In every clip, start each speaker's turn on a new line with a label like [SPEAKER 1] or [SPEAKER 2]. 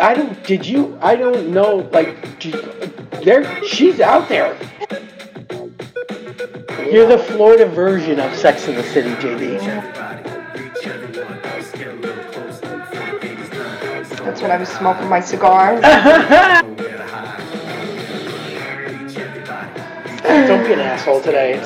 [SPEAKER 1] I don't. Did you? I don't know. Like, did- there. She's out there. You're the Florida version of Sex in the City, JD.
[SPEAKER 2] That's when I was smoking my cigar.
[SPEAKER 1] Don't be an asshole today.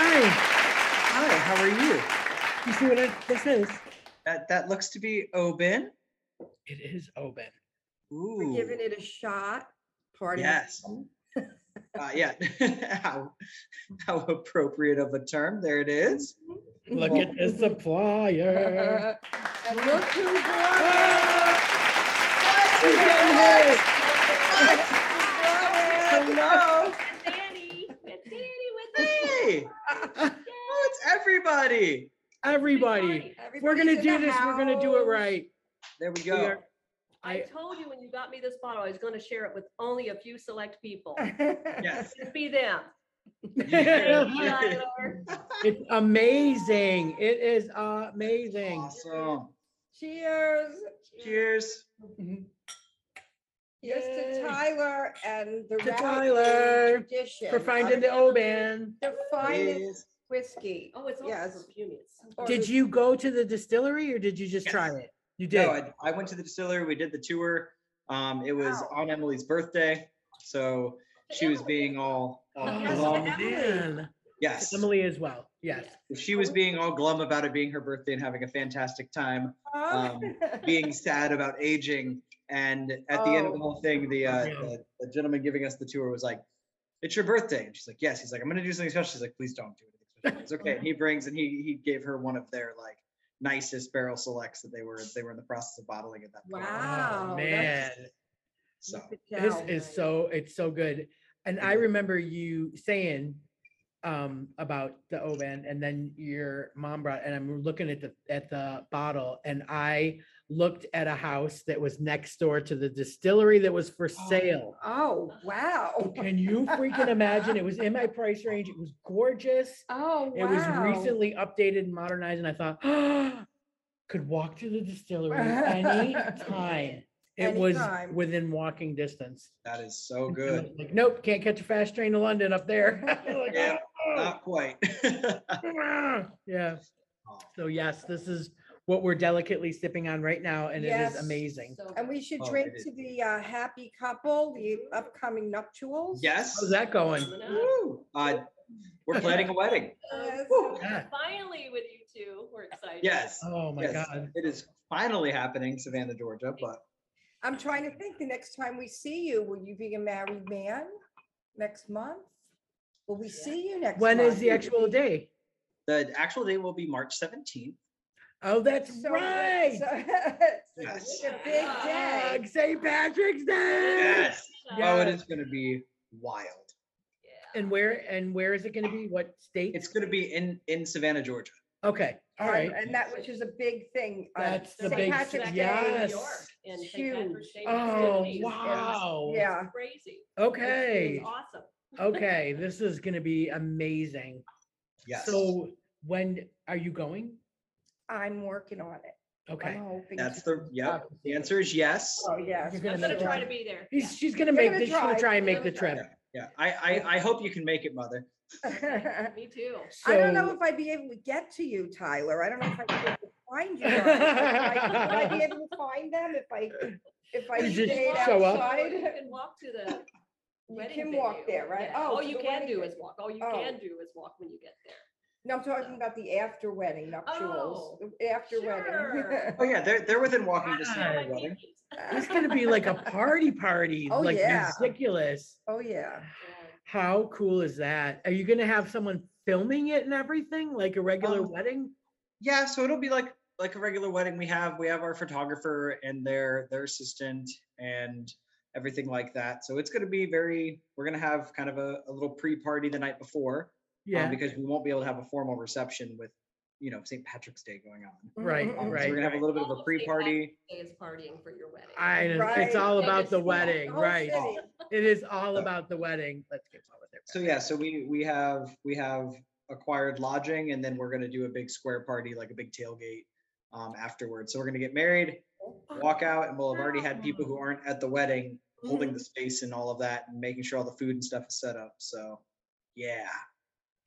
[SPEAKER 3] Hi. Hi, how are you?
[SPEAKER 1] You see what I, this is?
[SPEAKER 3] That that looks to be Oben.
[SPEAKER 1] It is open.
[SPEAKER 3] Ooh.
[SPEAKER 4] We're giving it a shot. Pardon. me.
[SPEAKER 3] Yes. Uh, yeah. how how appropriate of a term. There it is.
[SPEAKER 1] Look at the supplier. Ah!
[SPEAKER 4] And look who's growing.
[SPEAKER 3] Hello.
[SPEAKER 5] It's Danny. It's Danny with us.
[SPEAKER 3] Hey. Oh, it's everybody.
[SPEAKER 1] Everybody, we're
[SPEAKER 4] Everybody's
[SPEAKER 1] gonna
[SPEAKER 4] in
[SPEAKER 1] do
[SPEAKER 4] the
[SPEAKER 1] this. We're gonna do it
[SPEAKER 4] house.
[SPEAKER 1] right.
[SPEAKER 3] There we
[SPEAKER 1] We
[SPEAKER 3] go.
[SPEAKER 1] are-
[SPEAKER 5] I
[SPEAKER 1] I,
[SPEAKER 5] told you when you got me this bottle, I was gonna share it with only a few select people.
[SPEAKER 3] Yes.
[SPEAKER 5] It'd Be them. Thank you,
[SPEAKER 3] Yeah.
[SPEAKER 5] Tyler.
[SPEAKER 1] it's amazing. It is amazing.
[SPEAKER 3] Awesome.
[SPEAKER 4] Cheers.
[SPEAKER 3] Cheers.
[SPEAKER 4] Cheers
[SPEAKER 1] Yay.
[SPEAKER 4] to Tyler and the
[SPEAKER 1] To
[SPEAKER 4] Rally
[SPEAKER 1] Tyler
[SPEAKER 4] tradition
[SPEAKER 1] For finding
[SPEAKER 4] of
[SPEAKER 1] the Oban.
[SPEAKER 4] the finest
[SPEAKER 3] Cheers.
[SPEAKER 4] whiskey.
[SPEAKER 5] Oh, it's also
[SPEAKER 4] Yes.
[SPEAKER 5] perfume. It's so
[SPEAKER 4] Or
[SPEAKER 1] Did
[SPEAKER 4] the-
[SPEAKER 1] you go to the distillery or did you just try it? You
[SPEAKER 3] No,
[SPEAKER 1] did.
[SPEAKER 3] I, I went to the distillery. We did the tour. Um, it was
[SPEAKER 4] Wow.
[SPEAKER 3] on Emily's birthday, so she was being all, all
[SPEAKER 4] Yes,
[SPEAKER 3] glum.
[SPEAKER 1] Oh,
[SPEAKER 4] Emily.
[SPEAKER 1] man.
[SPEAKER 3] yes,
[SPEAKER 1] Emily as well. Yes.
[SPEAKER 3] she was being all glum about it being her birthday and having a fantastic time,
[SPEAKER 4] Oh.
[SPEAKER 3] Um, being sad about aging. And at the end of the
[SPEAKER 4] Oh.
[SPEAKER 3] whole thing, the, uh,
[SPEAKER 1] Yeah.
[SPEAKER 3] the the gentleman giving us the tour was like, "It's your birthday," and she's like, "Yes." He's like, "I'm gonna do something special." She's like, "Please don't do anything special." It's okay. And he brings and he he gave her one of their like nicest barrel selects that they were they were in the process of bottling at that point.
[SPEAKER 4] Wow.
[SPEAKER 1] Oh, man.
[SPEAKER 4] that's-
[SPEAKER 3] So
[SPEAKER 4] look at
[SPEAKER 1] This
[SPEAKER 4] y'all.
[SPEAKER 1] is so, it's so good. And I
[SPEAKER 4] Mm-hmm.
[SPEAKER 3] Mhm.
[SPEAKER 1] remember you saying um about the Oban and then your mom brought and I'm looking at the at the bottle and I looked at a house that was next door to the distillery that was for sale.
[SPEAKER 4] Oh, wow.
[SPEAKER 1] Can you freaking imagine? It was in my price range. It was gorgeous.
[SPEAKER 4] Oh, wow.
[SPEAKER 1] It was recently updated and modernized, and I thought, could walk to the distillery anytime. It was
[SPEAKER 4] Anytime.
[SPEAKER 1] within walking distance.
[SPEAKER 3] that is so
[SPEAKER 1] And I
[SPEAKER 3] good.
[SPEAKER 1] was Like, nope, can't catch a fast train to London up there. Like,
[SPEAKER 3] Yeah,
[SPEAKER 1] "Oh,
[SPEAKER 3] not quite.
[SPEAKER 1] ah." Yeah. So yes, this is what we're delicately sipping on right now, and it
[SPEAKER 4] Yes.
[SPEAKER 1] is amazing.
[SPEAKER 5] good.
[SPEAKER 4] And we should
[SPEAKER 3] Oh,
[SPEAKER 4] drink
[SPEAKER 3] it is.
[SPEAKER 4] to the uh, happy couple, the upcoming nuptials.
[SPEAKER 3] yes.
[SPEAKER 1] How's Oh, that going?
[SPEAKER 5] Coming up.
[SPEAKER 3] Woo. Uh, we're planning a wedding.
[SPEAKER 5] Um,
[SPEAKER 4] Yes.
[SPEAKER 3] Woo.
[SPEAKER 1] Yeah.
[SPEAKER 5] Finally with you two, we're excited.
[SPEAKER 3] Yes.
[SPEAKER 1] Oh my
[SPEAKER 3] yes.
[SPEAKER 1] god.
[SPEAKER 3] It is finally happening, Savannah, Georgia. But
[SPEAKER 4] I'm trying to think, the next time we see you, will you be a married man next month? Will we
[SPEAKER 5] Yeah.
[SPEAKER 4] see you next
[SPEAKER 1] When
[SPEAKER 4] month?
[SPEAKER 1] is the actual day?
[SPEAKER 3] the actual day will be March 17th.
[SPEAKER 1] Oh, that's
[SPEAKER 4] So-
[SPEAKER 1] right.
[SPEAKER 4] so-
[SPEAKER 3] Yes.
[SPEAKER 4] It's a big day.
[SPEAKER 1] Ugh, St. Patrick's Day.
[SPEAKER 3] Oh,
[SPEAKER 1] Yeah.
[SPEAKER 3] it is going to be wild.
[SPEAKER 5] Yeah.
[SPEAKER 1] And where and where is it going to be? What state?
[SPEAKER 3] It's going to be in in Savannah, Georgia.
[SPEAKER 1] okay. All right.
[SPEAKER 4] And that, which is a big thing. uh,
[SPEAKER 1] That's the
[SPEAKER 4] St.
[SPEAKER 1] big-
[SPEAKER 4] Patrick's Day.
[SPEAKER 1] yes.
[SPEAKER 5] And St.
[SPEAKER 4] Huge.
[SPEAKER 5] Patrick's Day
[SPEAKER 1] Oh
[SPEAKER 5] festivities.
[SPEAKER 1] wow.
[SPEAKER 4] Yeah.
[SPEAKER 5] It's Crazy. It's- it's
[SPEAKER 1] Okay.
[SPEAKER 5] Awesome.
[SPEAKER 1] Okay. This is going to be amazing.
[SPEAKER 3] Yes.
[SPEAKER 1] So when are you going?
[SPEAKER 4] I'm working on it. I'm
[SPEAKER 1] Okay.
[SPEAKER 4] hoping.
[SPEAKER 3] that's
[SPEAKER 4] to-
[SPEAKER 3] the yeah. The answer is yes.
[SPEAKER 4] Oh, yes.
[SPEAKER 1] You're gonna
[SPEAKER 5] I'm gonna
[SPEAKER 1] make
[SPEAKER 5] try
[SPEAKER 1] it.
[SPEAKER 5] to be there.
[SPEAKER 1] He's, she's going to make
[SPEAKER 4] You're gonna
[SPEAKER 1] this. She's going
[SPEAKER 4] drive.
[SPEAKER 1] to try and
[SPEAKER 5] You're
[SPEAKER 1] make the
[SPEAKER 5] gonna drive.
[SPEAKER 1] trip.
[SPEAKER 3] Yeah. I, I I hope you can make it, mother.
[SPEAKER 4] I
[SPEAKER 5] Me too.
[SPEAKER 4] don't know
[SPEAKER 1] So-
[SPEAKER 4] if I'd be able to get to you, Tyler. I don't know if I'd be able to find you. guys. Would I- would I be able to find them if I, if I
[SPEAKER 1] You just
[SPEAKER 4] stayed
[SPEAKER 1] show up?
[SPEAKER 4] outside?
[SPEAKER 5] You can walk to the
[SPEAKER 4] You
[SPEAKER 5] wedding
[SPEAKER 4] can walk
[SPEAKER 5] venue.
[SPEAKER 4] there, right?
[SPEAKER 5] Yeah.
[SPEAKER 4] Oh,
[SPEAKER 5] All
[SPEAKER 4] to
[SPEAKER 5] you
[SPEAKER 4] the
[SPEAKER 5] can
[SPEAKER 4] wedding
[SPEAKER 5] do is
[SPEAKER 4] venue.
[SPEAKER 5] walk. All you
[SPEAKER 4] Oh.
[SPEAKER 5] can do is walk when you get there.
[SPEAKER 4] No, I'm talking about the after wedding nuptials, the after
[SPEAKER 5] Oh, sure.
[SPEAKER 4] wedding.
[SPEAKER 3] Oh yeah, they're they're within walking
[SPEAKER 4] Ah,
[SPEAKER 1] Wow.
[SPEAKER 3] distance.
[SPEAKER 1] Yeah,
[SPEAKER 3] of
[SPEAKER 5] My
[SPEAKER 3] our wedding.
[SPEAKER 5] pinkies.
[SPEAKER 1] It's going to be like a party party.
[SPEAKER 4] Oh,
[SPEAKER 1] like
[SPEAKER 4] yeah.
[SPEAKER 1] ridiculous.
[SPEAKER 4] Oh, yeah.
[SPEAKER 5] Yeah.
[SPEAKER 1] How cool is that? Are you going to have someone filming it and everything like a regular
[SPEAKER 3] Um,
[SPEAKER 1] wedding?
[SPEAKER 3] yeah so it'll be like like a regular wedding we have we have our photographer and their their assistant and everything like that so it's going to be very we're going to have kind of a, a little pre-party the night before um,
[SPEAKER 1] Yeah.
[SPEAKER 3] because we won't be able to have a formal reception with you know, St. Patrick's Day going on.
[SPEAKER 6] Right,
[SPEAKER 3] Um, so
[SPEAKER 6] right,
[SPEAKER 3] we're gonna have a
[SPEAKER 6] right.
[SPEAKER 3] little bit of
[SPEAKER 5] All
[SPEAKER 3] a
[SPEAKER 5] of St.
[SPEAKER 3] pre-party.
[SPEAKER 5] Is partying for your wedding.
[SPEAKER 6] I, know, it's
[SPEAKER 4] Right.
[SPEAKER 6] all about
[SPEAKER 5] Biggest
[SPEAKER 6] the
[SPEAKER 5] one.
[SPEAKER 6] wedding,
[SPEAKER 4] The whole
[SPEAKER 6] right?
[SPEAKER 4] city.
[SPEAKER 6] It is all about the wedding. Let's get on with it.
[SPEAKER 3] So yeah, so we we have we have acquired lodging, and then we're gonna do a big square party, like a big tailgate um, afterwards. So we're gonna get married, walk out, and we'll have already had people who aren't at the wedding holding the space and all of that, and making sure all the food and stuff is set up. So yeah,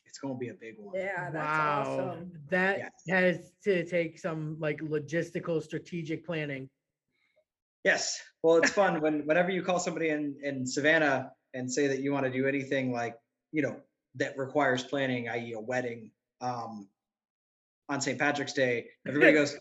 [SPEAKER 3] it's gonna be a big one.
[SPEAKER 4] Yeah, that's
[SPEAKER 6] Wow,
[SPEAKER 4] awesome.
[SPEAKER 6] that
[SPEAKER 3] Yes.
[SPEAKER 6] has to take some like logistical strategic planning.
[SPEAKER 3] Yes. Well, it's fun when whenever you call somebody in in Savannah and say that you want to do anything like you know that requires planning, i.e., a wedding, um, on St. Patrick's Day. Everybody goes,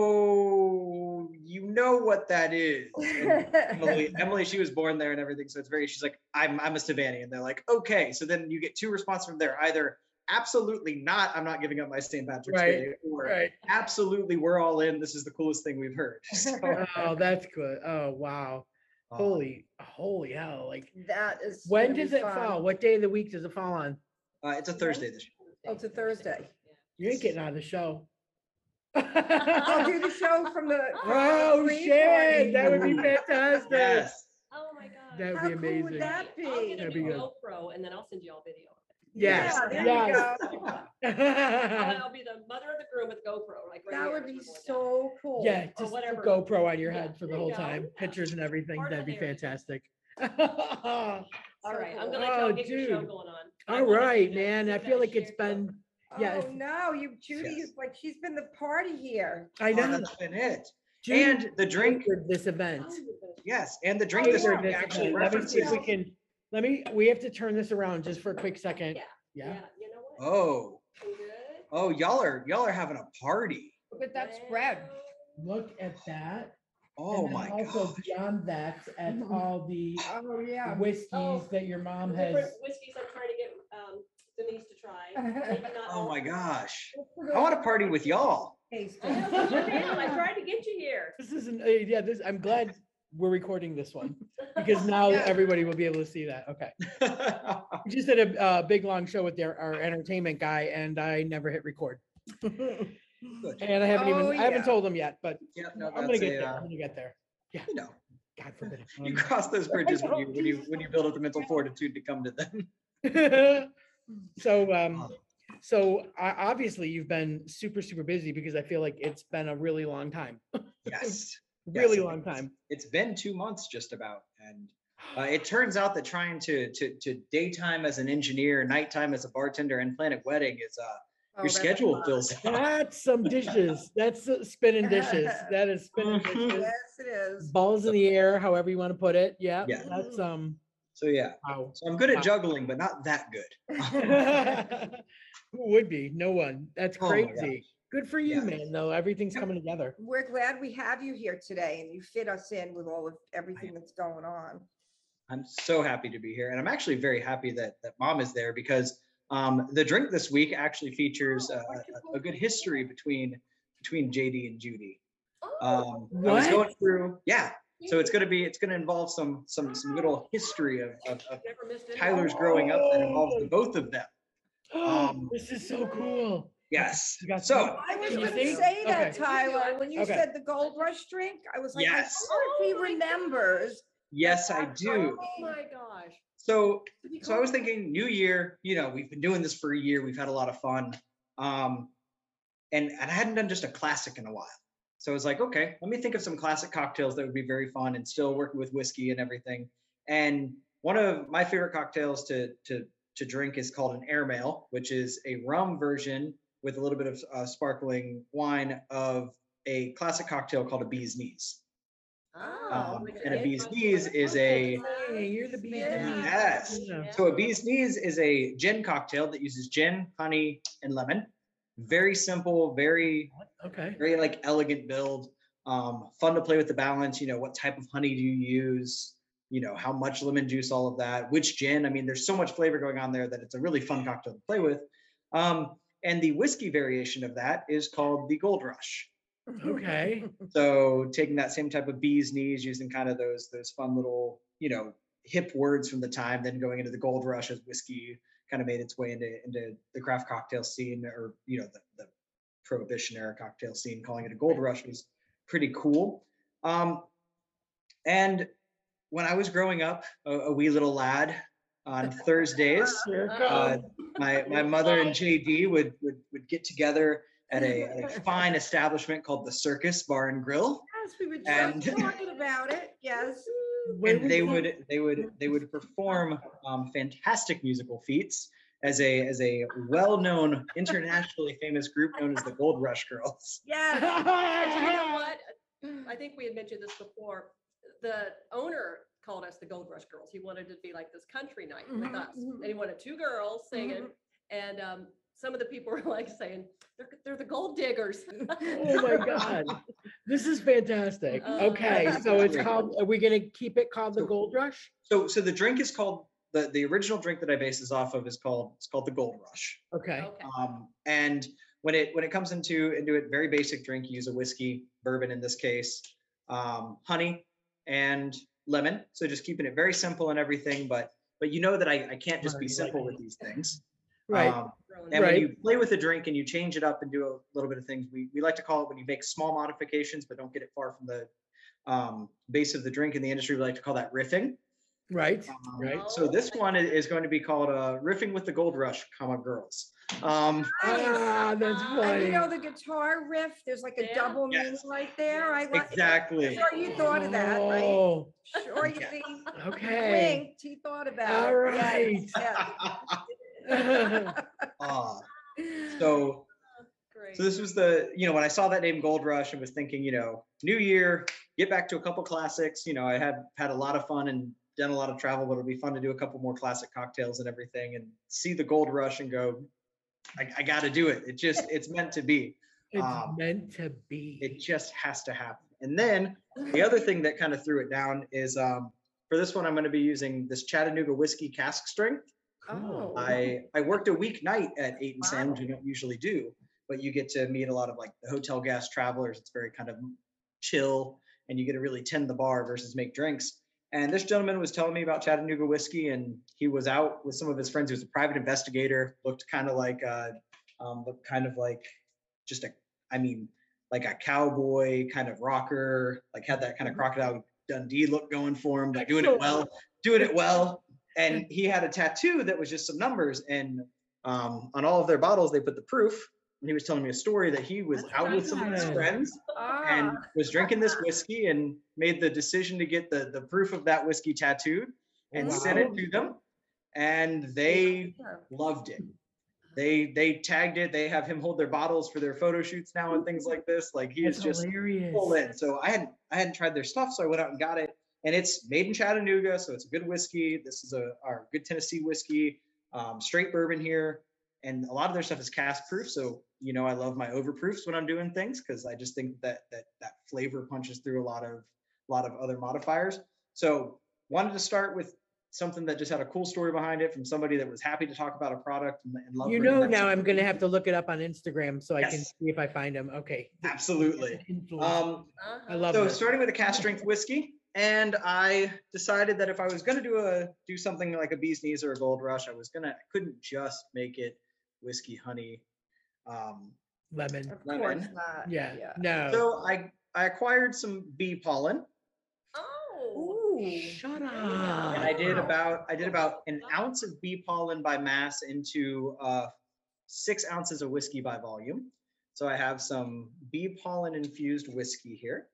[SPEAKER 3] so you know what that is. And Emily, Emily, she was born there and everything, so it's very. She's like, I'm I'm a Savannah, and they're like, okay. So then you get two responses from there: either absolutely not, I'm not giving up my St. Patrick's
[SPEAKER 6] Right,
[SPEAKER 3] Day, or
[SPEAKER 6] Right.
[SPEAKER 3] absolutely, we're all in. This is the coolest thing we've heard. So-
[SPEAKER 6] Oh, that's good. Oh, wow.
[SPEAKER 3] Oh,
[SPEAKER 6] Holy, holy hell. Like,
[SPEAKER 4] That is.
[SPEAKER 6] when
[SPEAKER 4] gonna be
[SPEAKER 6] does it
[SPEAKER 4] fun.
[SPEAKER 6] fall? What day of the week does it fall on?
[SPEAKER 3] Uh, it's a Thursday this year.
[SPEAKER 4] Oh, it's a Thursday.
[SPEAKER 6] You ain't getting out of the show.
[SPEAKER 4] I'll
[SPEAKER 6] Oh,
[SPEAKER 4] do the show from the. from the free
[SPEAKER 6] shit.
[SPEAKER 4] party.
[SPEAKER 6] That would be
[SPEAKER 3] Ooh.
[SPEAKER 6] fantastic.
[SPEAKER 3] Yes.
[SPEAKER 5] Oh, my God.
[SPEAKER 6] That
[SPEAKER 4] How
[SPEAKER 6] would be
[SPEAKER 4] cool would
[SPEAKER 6] amazing.
[SPEAKER 4] that be?
[SPEAKER 5] I'll get a
[SPEAKER 6] That'd be
[SPEAKER 5] new
[SPEAKER 6] good.
[SPEAKER 5] GoPro and then I'll send you all video.
[SPEAKER 6] Yes,
[SPEAKER 4] Yeah, there you
[SPEAKER 6] yes.
[SPEAKER 4] go.
[SPEAKER 5] I'll I'll be the mother of the groom with GoPro, like. right
[SPEAKER 4] That
[SPEAKER 5] here
[SPEAKER 4] would
[SPEAKER 5] as
[SPEAKER 4] be
[SPEAKER 5] we're going down.
[SPEAKER 4] so cool.
[SPEAKER 6] Yeah,
[SPEAKER 5] Or
[SPEAKER 6] just a
[SPEAKER 5] whatever.
[SPEAKER 6] GoPro on your
[SPEAKER 5] Yeah,
[SPEAKER 6] head for the
[SPEAKER 5] there you
[SPEAKER 6] whole
[SPEAKER 5] go,
[SPEAKER 6] time,
[SPEAKER 5] yeah.
[SPEAKER 6] pictures and everything.
[SPEAKER 5] Part of
[SPEAKER 6] That'd
[SPEAKER 5] the
[SPEAKER 6] be
[SPEAKER 5] heritage.
[SPEAKER 6] fantastic.
[SPEAKER 5] All
[SPEAKER 4] So
[SPEAKER 5] right,
[SPEAKER 4] cool.
[SPEAKER 5] I'm gonna go
[SPEAKER 6] Oh,
[SPEAKER 5] get your show
[SPEAKER 6] dude.
[SPEAKER 5] going on. I
[SPEAKER 6] All
[SPEAKER 5] wanna
[SPEAKER 6] right,
[SPEAKER 5] see that-
[SPEAKER 6] man.
[SPEAKER 5] see
[SPEAKER 6] I
[SPEAKER 5] that
[SPEAKER 6] feel like it's
[SPEAKER 5] shared
[SPEAKER 6] been, yeah,
[SPEAKER 4] Oh,
[SPEAKER 6] if-
[SPEAKER 4] no, you, Judy
[SPEAKER 3] Yes.
[SPEAKER 4] is like, she's been the party here.
[SPEAKER 6] I
[SPEAKER 3] Oh,
[SPEAKER 6] know.
[SPEAKER 3] that's been it.
[SPEAKER 6] Judy
[SPEAKER 3] And the drink,
[SPEAKER 6] figured This
[SPEAKER 5] photo.
[SPEAKER 6] event.
[SPEAKER 3] yes, and the drink
[SPEAKER 4] Oh,
[SPEAKER 3] this
[SPEAKER 4] yeah.
[SPEAKER 3] week
[SPEAKER 6] Figured this
[SPEAKER 3] actually
[SPEAKER 6] event. Let me see if
[SPEAKER 3] references.
[SPEAKER 6] we can, let me, we have to turn this around just for a quick second.
[SPEAKER 5] Yeah.
[SPEAKER 6] Yeah.
[SPEAKER 5] Yeah, you know what?
[SPEAKER 3] Oh,
[SPEAKER 5] I'm good.
[SPEAKER 3] oh, y'all are y'all are having a party.
[SPEAKER 1] Look at that spread.
[SPEAKER 5] Well,
[SPEAKER 6] Look at that.
[SPEAKER 3] Oh
[SPEAKER 6] and then
[SPEAKER 3] my
[SPEAKER 6] also
[SPEAKER 3] god.
[SPEAKER 6] Beyond that, at
[SPEAKER 5] Mm-hmm.
[SPEAKER 6] all the
[SPEAKER 1] Oh, yeah.
[SPEAKER 6] whiskeys that your mom has.
[SPEAKER 5] Oh, Different whiskeys I'm trying to get um, Denise to try. Maybe not
[SPEAKER 3] Oh
[SPEAKER 5] all-
[SPEAKER 3] my gosh. I want to party with y'all.
[SPEAKER 5] I know, put you down. I tried to get you here.
[SPEAKER 6] This isn't, uh, yeah, this, I'm glad we're recording this one because now
[SPEAKER 4] Yeah.
[SPEAKER 6] everybody will be able to see that. Okay. We just did a, uh big, long show with their, our entertainment guy and I never hit record.
[SPEAKER 3] Good.
[SPEAKER 6] And I haven't
[SPEAKER 4] Oh,
[SPEAKER 6] even, I haven't
[SPEAKER 4] yeah.
[SPEAKER 6] told them yet, but
[SPEAKER 3] Yeah, no,
[SPEAKER 6] I'm gonna
[SPEAKER 3] that's
[SPEAKER 6] get
[SPEAKER 3] a,
[SPEAKER 6] there.
[SPEAKER 3] uh,
[SPEAKER 6] I'm gonna get there.
[SPEAKER 3] You know,
[SPEAKER 6] God forbid.
[SPEAKER 3] you cross those bridges when
[SPEAKER 6] know,
[SPEAKER 3] you when you
[SPEAKER 6] Jesus.
[SPEAKER 3] when you build up the mental fortitude to come to them.
[SPEAKER 6] So,
[SPEAKER 3] Oh.
[SPEAKER 6] um, so I, obviously you've been super, super busy because I feel like it's been a really long time,
[SPEAKER 3] Yes. Yes,
[SPEAKER 6] really
[SPEAKER 3] it
[SPEAKER 6] long
[SPEAKER 3] is.
[SPEAKER 6] time.
[SPEAKER 3] It's been two months just about, and Uh, it turns out that trying to, to to daytime as an engineer, nighttime as a bartender, and plan a wedding is uh
[SPEAKER 6] Oh,
[SPEAKER 3] your schedule fills up.
[SPEAKER 6] That's some dishes. That's uh, spinning dishes. That is spinning
[SPEAKER 3] Mhm.
[SPEAKER 6] dishes.
[SPEAKER 4] Yes, it is.
[SPEAKER 6] Balls in the air, however you want to put it. Yeah,
[SPEAKER 3] Yeah.
[SPEAKER 6] that's um.
[SPEAKER 3] So yeah,
[SPEAKER 6] Wow.
[SPEAKER 3] so I'm good
[SPEAKER 6] Wow.
[SPEAKER 3] at juggling, but not that good.
[SPEAKER 6] Who would be? No one. That's
[SPEAKER 3] Oh my gosh.
[SPEAKER 6] crazy. Good for you,
[SPEAKER 3] Yeah.
[SPEAKER 6] man. Though everything's coming together.
[SPEAKER 4] We're glad we have you here today and you fit us in with all of everything that's going on.
[SPEAKER 3] I'm so happy to be here, and I'm actually very happy that that mom is there because um, the drink this week actually features
[SPEAKER 6] Oh,
[SPEAKER 3] uh, a, a good history between between JD and Judy.
[SPEAKER 5] Oh,
[SPEAKER 3] Um, I was
[SPEAKER 6] What?
[SPEAKER 3] going through, yeah. So it's
[SPEAKER 5] cute.
[SPEAKER 3] going to be it's going to involve some some some good old history of, of, of
[SPEAKER 5] Never missed any.
[SPEAKER 3] Tyler's growing up that
[SPEAKER 6] Oh.
[SPEAKER 3] involves the both of them. Um,
[SPEAKER 6] this is so cool.
[SPEAKER 3] Yes.
[SPEAKER 6] You got
[SPEAKER 3] So
[SPEAKER 6] some-
[SPEAKER 4] I was
[SPEAKER 6] You
[SPEAKER 4] gonna
[SPEAKER 6] see?
[SPEAKER 4] say that,
[SPEAKER 6] Okay.
[SPEAKER 4] Tyler, Oh when you
[SPEAKER 6] Okay.
[SPEAKER 4] said the Gold Rush drink, I was like, I
[SPEAKER 3] Yes.
[SPEAKER 4] wonder if he remembers.
[SPEAKER 3] yes, I do.
[SPEAKER 5] Oh, my gosh.
[SPEAKER 3] So
[SPEAKER 5] To be
[SPEAKER 3] so I was
[SPEAKER 5] called-
[SPEAKER 3] thinking new year, you know, we've been doing this for a year. We've had a lot of fun. Um and, and I hadn't done just a classic in a while. So I was like, okay, let me think of some classic cocktails that would be very fun and still working with whiskey and everything. And one of my favorite cocktails to to to drink is called an airmail, which is a rum version with a little bit of uh, sparkling wine of a classic cocktail called a bee's knees.
[SPEAKER 5] Oh,
[SPEAKER 3] Um,
[SPEAKER 5] with
[SPEAKER 3] and a
[SPEAKER 5] egg
[SPEAKER 3] bee's
[SPEAKER 5] on
[SPEAKER 3] knees
[SPEAKER 5] top.
[SPEAKER 3] is
[SPEAKER 5] Okay,
[SPEAKER 3] a-
[SPEAKER 6] Hey,
[SPEAKER 5] nice.
[SPEAKER 6] you're the bees.
[SPEAKER 3] Yes. So a bee's knees is a gin cocktail that uses gin, honey, and lemon. Very simple, very
[SPEAKER 6] Okay.
[SPEAKER 3] very like elegant build. Um, fun to play with the balance. You know what type of honey do you use? You know how much lemon juice, all of that. Which gin? I mean, there's so much flavor going on there that it's a really fun cocktail to play with. Um, and the whiskey variation of that is called the Gold Rush.
[SPEAKER 6] Okay.
[SPEAKER 3] So taking that same type of bees knees, using kind of those those fun little you know hip words from the time, then going into the gold rush as whiskey kind of made its way into into the craft cocktail scene or you know the, the prohibition era cocktail scene calling it a gold rush was pretty cool um and when i was growing up a, a wee little lad on thursdays uh, my my mother and jd would would, would get together at a, at a fine establishment called the circus bar and grill
[SPEAKER 4] Yes, we were
[SPEAKER 3] And-
[SPEAKER 4] just talking about it, yes.
[SPEAKER 6] Where
[SPEAKER 3] and
[SPEAKER 6] was
[SPEAKER 3] they
[SPEAKER 6] that?
[SPEAKER 3] would they would they would perform um, fantastic musical feats as a as a well-known internationally famous group known as the Gold Rush Girls.
[SPEAKER 4] Yes,
[SPEAKER 5] But you know what? I
[SPEAKER 6] Mm.
[SPEAKER 5] think we had mentioned this before. The owner called us the Gold Rush Girls. He wanted to be like this country night
[SPEAKER 6] Mm-hmm,
[SPEAKER 5] with
[SPEAKER 4] Mhm,
[SPEAKER 5] us.
[SPEAKER 4] mhm.
[SPEAKER 5] And he wanted two girls singing. And um, some of the people were like saying, they're, they're the gold diggers.
[SPEAKER 6] Oh my god, this is fantastic.
[SPEAKER 5] Uh,
[SPEAKER 6] Okay, so it's
[SPEAKER 3] Great.
[SPEAKER 6] called, are we gonna keep it called the
[SPEAKER 3] So-
[SPEAKER 6] Gold Rush?
[SPEAKER 3] So so the drink is called the the original drink that I base this off of is called it's called the Gold Rush.
[SPEAKER 6] Okay,
[SPEAKER 5] Okay.
[SPEAKER 3] Um, and when it when it comes into into it, very basic drink, you use a whiskey, bourbon in this case, um, honey, and lemon. So just keeping it very simple and everything, but but you know that I, I can't just be
[SPEAKER 6] Right, right.
[SPEAKER 3] simple with these things.
[SPEAKER 6] right,
[SPEAKER 3] Um,
[SPEAKER 5] Grown
[SPEAKER 3] and
[SPEAKER 5] up.
[SPEAKER 6] Right.
[SPEAKER 3] when you play with a drink and you change it up and do a little bit of things, we, we like to call it when you make small modifications, but don't get it far from the um, base of the drink in the industry, we like to call that riffing.
[SPEAKER 6] right,
[SPEAKER 3] Um,
[SPEAKER 6] right.
[SPEAKER 3] So this one i- is going to be called uh, riffing with the gold rush, comma girls. Um,
[SPEAKER 6] Ah, that's
[SPEAKER 4] and you
[SPEAKER 5] Ah,
[SPEAKER 6] funny.
[SPEAKER 4] know the guitar riff, there's like a
[SPEAKER 5] Yeah.
[SPEAKER 4] double meaning
[SPEAKER 3] Yes.
[SPEAKER 4] right there, I like.
[SPEAKER 3] exactly.
[SPEAKER 4] Sure you thought of that, right?
[SPEAKER 6] Oh,
[SPEAKER 4] Sure you
[SPEAKER 3] Yeah.
[SPEAKER 4] see,
[SPEAKER 6] Okay.
[SPEAKER 4] winked, he thought about it.
[SPEAKER 6] All
[SPEAKER 4] Yes, yes.
[SPEAKER 3] Ah, so
[SPEAKER 5] Great.
[SPEAKER 3] So this was the, you know, when I saw that name Gold Rush and was thinking, you know, new year, get back to a couple classics. You know, I had had a lot of fun and done a lot of travel, but it'll be fun to do a couple more classic cocktails and everything and see the Gold Rush and go, I, I got to do it. It just, it's meant to be.
[SPEAKER 6] It's
[SPEAKER 3] Um,
[SPEAKER 6] meant to be.
[SPEAKER 3] It just has to happen. And then the other thing that kind of threw it down is um, for this one, I'm going to be using this Chattanooga whiskey cask strength.
[SPEAKER 6] Cool.
[SPEAKER 4] Oh.
[SPEAKER 3] I I worked a weeknight at eight and Sam, which I
[SPEAKER 4] Wow.
[SPEAKER 3] don't usually do, but you get to meet a lot of like the hotel guest travelers. It's very kind of chill, and you get to really tend the bar versus make drinks. And this gentleman was telling me about Chattanooga whiskey, and he was out with some of his friends. He was a private investigator, looked kind of like uh, um, looked kind of like just a, I mean, like a cowboy kind of rocker, like had that
[SPEAKER 4] Mm-hmm.
[SPEAKER 3] kind of crocodile Dundee look going for him, like doing it well, doing it well. And he had a tattoo that was just some numbers, and um, on all of their bottles they put the proof. And he was telling me a story that he was out with some of his
[SPEAKER 6] nice.
[SPEAKER 3] friends and
[SPEAKER 4] Ah,
[SPEAKER 3] was drinking this whiskey and made the decision to get the the proof of that whiskey tattooed and sent it to them, and they
[SPEAKER 4] yeah.
[SPEAKER 3] loved it. They they tagged it. They have him hold their bottles for their photo shoots now and things like this. Like he is
[SPEAKER 6] That's
[SPEAKER 3] just
[SPEAKER 6] hilarious.
[SPEAKER 3] full in. So I hadn't I hadn't tried their stuff, so I went out and got it. And it's made in Chattanooga, so it's a good whiskey. This is a our good Tennessee whiskey, um, straight bourbon here, and a lot of their stuff is cask proof. So you know I love my overproofs when I'm doing things because I just think that that that flavor punches through a lot of a lot of other modifiers. So wanted to start with something that just had a cool story behind it from somebody that was happy to talk about a product and, and love.
[SPEAKER 6] You know, now I'm gonna have to look it up on Instagram so I can
[SPEAKER 3] Yes.
[SPEAKER 6] see if I find him. Okay.
[SPEAKER 3] absolutely.
[SPEAKER 6] Influence.
[SPEAKER 3] Um,
[SPEAKER 5] Uh-huh.
[SPEAKER 6] I love
[SPEAKER 3] so
[SPEAKER 6] it.
[SPEAKER 3] starting with a cast strength whiskey, and I decided that if I was gonna do a do something like a bee's knees or a gold rush, I was gonna I couldn't just make it whiskey honey. Um,
[SPEAKER 6] Lemon.
[SPEAKER 4] Of course
[SPEAKER 3] Lemon.
[SPEAKER 4] not.
[SPEAKER 6] Yeah, no.
[SPEAKER 3] so I I acquired some bee pollen,
[SPEAKER 5] Oh.
[SPEAKER 4] Ooh.
[SPEAKER 6] Shut
[SPEAKER 5] Yeah.
[SPEAKER 6] up.
[SPEAKER 3] and I did
[SPEAKER 5] Wow.
[SPEAKER 3] about I did about an ounce of bee pollen by mass into uh, six ounces of whiskey by volume. So I have some bee pollen infused whiskey here.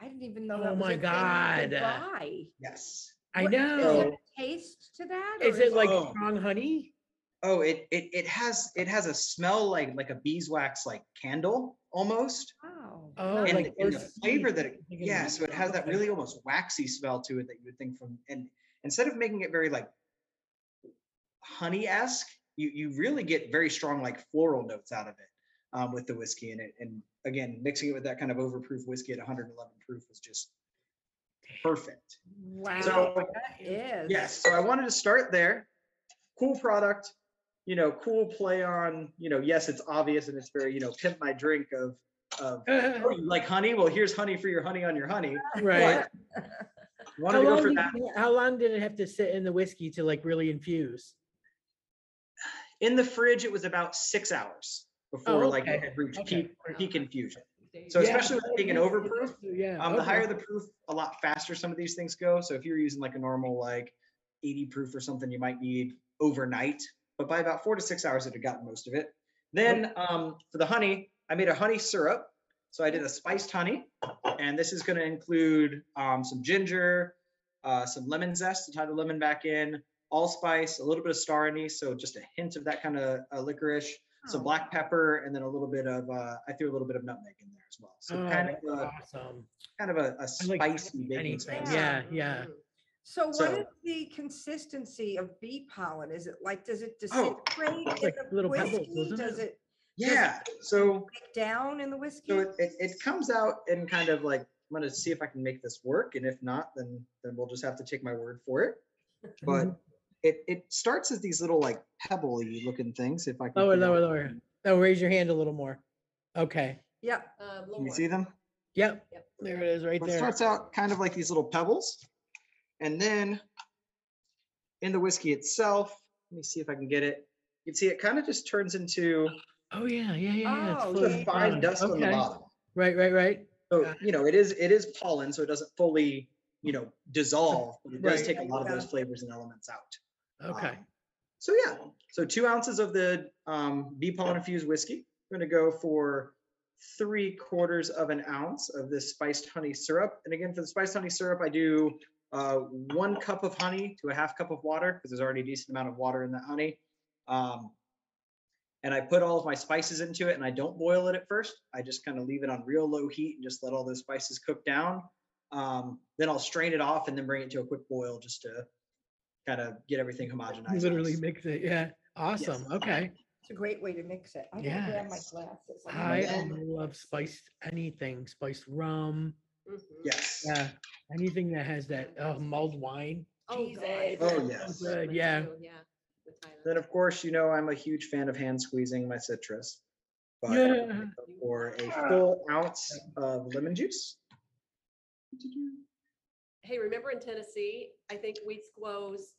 [SPEAKER 4] I didn't even know
[SPEAKER 6] Oh
[SPEAKER 4] that was
[SPEAKER 6] my
[SPEAKER 4] a thing you could
[SPEAKER 6] God.
[SPEAKER 4] buy.
[SPEAKER 3] Yes.
[SPEAKER 6] I
[SPEAKER 4] What- is
[SPEAKER 6] know.
[SPEAKER 4] there a Taste to that? or
[SPEAKER 6] Is it like
[SPEAKER 3] Oh.
[SPEAKER 6] strong honey?
[SPEAKER 3] Oh, it it it has it has a smell like like a beeswax like candle almost.
[SPEAKER 4] Wow.
[SPEAKER 6] Oh,
[SPEAKER 3] and,
[SPEAKER 6] like
[SPEAKER 3] and the
[SPEAKER 6] earthy.
[SPEAKER 3] flavor that it,
[SPEAKER 6] Like a
[SPEAKER 3] yeah, so it has that
[SPEAKER 6] okay.
[SPEAKER 3] really almost waxy smell to it that you would think from and instead of making it very like honey-esque, you you really get very strong like floral notes out of it um, with the whiskey in it. And again, mixing it with that kind of overproof whiskey at 111 proof was just perfect.
[SPEAKER 4] Wow.
[SPEAKER 3] So-
[SPEAKER 4] that is.
[SPEAKER 3] Yes, so I wanted to start there. Cool product, you know, cool play on, you know, yes, it's obvious and it's very, you know, pimp my drink of of oh, you like honey. Well, here's honey for your honey on your honey.
[SPEAKER 6] Right.
[SPEAKER 3] Wanted
[SPEAKER 6] How
[SPEAKER 3] to go
[SPEAKER 6] long,
[SPEAKER 3] for
[SPEAKER 6] did,
[SPEAKER 3] that.
[SPEAKER 6] how long did it have to sit in the whiskey to like really infuse?
[SPEAKER 3] in the fridge, it was about six hours before like
[SPEAKER 6] Oh, okay.
[SPEAKER 3] it had reached
[SPEAKER 6] Okay.
[SPEAKER 3] peak, peak infusion.
[SPEAKER 5] Days.
[SPEAKER 3] So
[SPEAKER 6] Yeah.
[SPEAKER 3] especially with it being an overproof,
[SPEAKER 6] Yeah.
[SPEAKER 3] um, the
[SPEAKER 6] okay.
[SPEAKER 3] higher the proof, a lot faster some of these things go. So if you're using like a normal like 80 proof or something, you might need overnight. But by about four to six hours, it had gotten most of it. Then um, for the honey, I made a honey syrup. So I did a spiced honey, and this is going to include um, some ginger, uh, some lemon zest to tie the lemon back in, allspice, a little bit of star anise, so just a hint of that kind of uh, licorice, some
[SPEAKER 4] Oh.
[SPEAKER 3] black pepper, and then a little bit of uh, I threw a little bit of nutmeg in there as well. So
[SPEAKER 6] Oh,
[SPEAKER 3] kind of uh,
[SPEAKER 6] that's
[SPEAKER 3] a,
[SPEAKER 6] awesome.
[SPEAKER 3] kind of a, a
[SPEAKER 6] I like
[SPEAKER 3] spicy baking
[SPEAKER 6] anything.
[SPEAKER 3] sauce.
[SPEAKER 6] Yeah, yeah.
[SPEAKER 5] Mhm.
[SPEAKER 4] So what
[SPEAKER 3] So-
[SPEAKER 4] is the consistency of bee pollen? Is it like, does it
[SPEAKER 3] Oh,
[SPEAKER 4] disintegrate in
[SPEAKER 6] like
[SPEAKER 4] the
[SPEAKER 6] little pebbles,
[SPEAKER 4] whiskey?
[SPEAKER 6] isn't
[SPEAKER 4] Does it
[SPEAKER 3] Yeah. So
[SPEAKER 4] break down in the whiskey?
[SPEAKER 3] so it, it, it comes out in kind of like I'm gonna see if I can make this work, and if not, then then we'll just have to take my word for it.
[SPEAKER 6] Mm-hmm.
[SPEAKER 3] But it it starts as these little like pebbley looking things. If I can
[SPEAKER 6] Lower,
[SPEAKER 3] figure out-
[SPEAKER 6] lower, lower. No, raise your hand a little more. Okay.
[SPEAKER 4] Yeah,
[SPEAKER 5] Um,
[SPEAKER 3] Can you
[SPEAKER 5] Lord.
[SPEAKER 3] see them?
[SPEAKER 6] Yep.
[SPEAKER 5] Yep.
[SPEAKER 6] There it is right
[SPEAKER 3] Well, It
[SPEAKER 6] there.
[SPEAKER 3] starts out kind of like these little pebbles, and then in the whiskey itself, let me see if I can get it. You can see it kind of just turns into
[SPEAKER 6] Oh, yeah, yeah, yeah, yeah. it's
[SPEAKER 4] Oh,
[SPEAKER 6] floating
[SPEAKER 4] yeah.
[SPEAKER 3] fine
[SPEAKER 6] around.
[SPEAKER 3] dust on the
[SPEAKER 6] Okay.
[SPEAKER 3] bottom.
[SPEAKER 6] Right, right, right.
[SPEAKER 3] So,
[SPEAKER 6] Got
[SPEAKER 3] you know, it is, it is pollen, so it doesn't fully, you know, dissolve, but it does
[SPEAKER 6] Right.
[SPEAKER 3] take a lot of
[SPEAKER 4] Yeah.
[SPEAKER 3] those flavors and elements out.
[SPEAKER 6] Okay.
[SPEAKER 3] Um, So yeah, so two ounces of the um, bee pollen infused whiskey. I'm gonna go for three quarters of an ounce of this spiced honey syrup. And again, for the spiced honey syrup, I do uh, one cup of honey to a half cup of water because there's already a decent amount of water in the honey. Um, and I put all of my spices into it and I don't boil it at first. I just kind of leave it on real low heat and just let all those spices cook down. Um, then I'll strain it off and then bring it to a quick boil just to kind of get everything homogenized.
[SPEAKER 6] You Literally
[SPEAKER 3] nice.
[SPEAKER 6] mix it. Yeah. Awesome. Okay.
[SPEAKER 4] it's a great way to mix it. I'm gonna grab my
[SPEAKER 3] Yes.
[SPEAKER 4] glasses. I'm gonna
[SPEAKER 6] I
[SPEAKER 4] grab
[SPEAKER 3] then-
[SPEAKER 6] um, love spiced anything, spiced rum.
[SPEAKER 5] Mhm.
[SPEAKER 3] Yes.
[SPEAKER 6] Yeah. Anything that has that uh, mulled wine.
[SPEAKER 5] Oh, God.
[SPEAKER 4] Jesus.
[SPEAKER 3] Oh,
[SPEAKER 5] Yeah.
[SPEAKER 3] yes.
[SPEAKER 6] Good,
[SPEAKER 5] Me
[SPEAKER 6] yeah.
[SPEAKER 5] too, Yeah. with Tyler.
[SPEAKER 3] Then of course, you know, I'm a huge fan of hand squeezing my citrus. But
[SPEAKER 6] Yeah.
[SPEAKER 3] for a full ounce of lemon juice.
[SPEAKER 5] Hey, remember in Tennessee, I think we squoze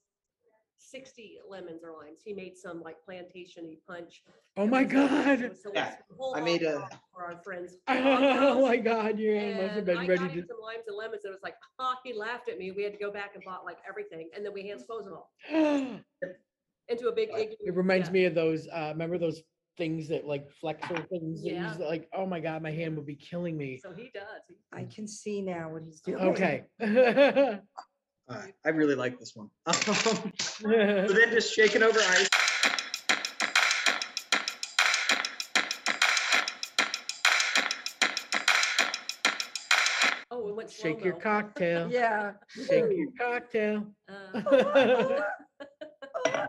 [SPEAKER 5] sixty lemons or limes. He made some like plantation-y punch.
[SPEAKER 6] Oh
[SPEAKER 5] It
[SPEAKER 6] my
[SPEAKER 5] was like- it
[SPEAKER 6] God.
[SPEAKER 5] was so
[SPEAKER 3] Yeah,
[SPEAKER 5] it's a whole
[SPEAKER 3] I made
[SPEAKER 5] long
[SPEAKER 3] a-
[SPEAKER 5] pot For our friends.
[SPEAKER 6] Oh my God. Your hand must have
[SPEAKER 5] And I
[SPEAKER 6] been
[SPEAKER 5] got
[SPEAKER 6] ready to.
[SPEAKER 5] him some limes and lemons and it was like, ha, he laughed at me. We had to go back and bought like everything and then we hand squoze them all
[SPEAKER 6] It
[SPEAKER 5] into a big
[SPEAKER 3] Right.
[SPEAKER 5] igloo.
[SPEAKER 6] reminds
[SPEAKER 5] Yeah.
[SPEAKER 6] me of those, uh, remember those things that like flexor things? that
[SPEAKER 5] Yeah.
[SPEAKER 6] use the- Like, oh my God, my hand would be killing me.
[SPEAKER 5] So he does. He-
[SPEAKER 4] I can see now what he's doing.
[SPEAKER 6] Okay. Yeah.
[SPEAKER 3] Uh, I really like this one. So then just shake it over ice.
[SPEAKER 5] Oh, it went slow
[SPEAKER 6] Shake your cocktail,
[SPEAKER 4] Yeah.
[SPEAKER 6] shake your cocktail.
[SPEAKER 5] Uh,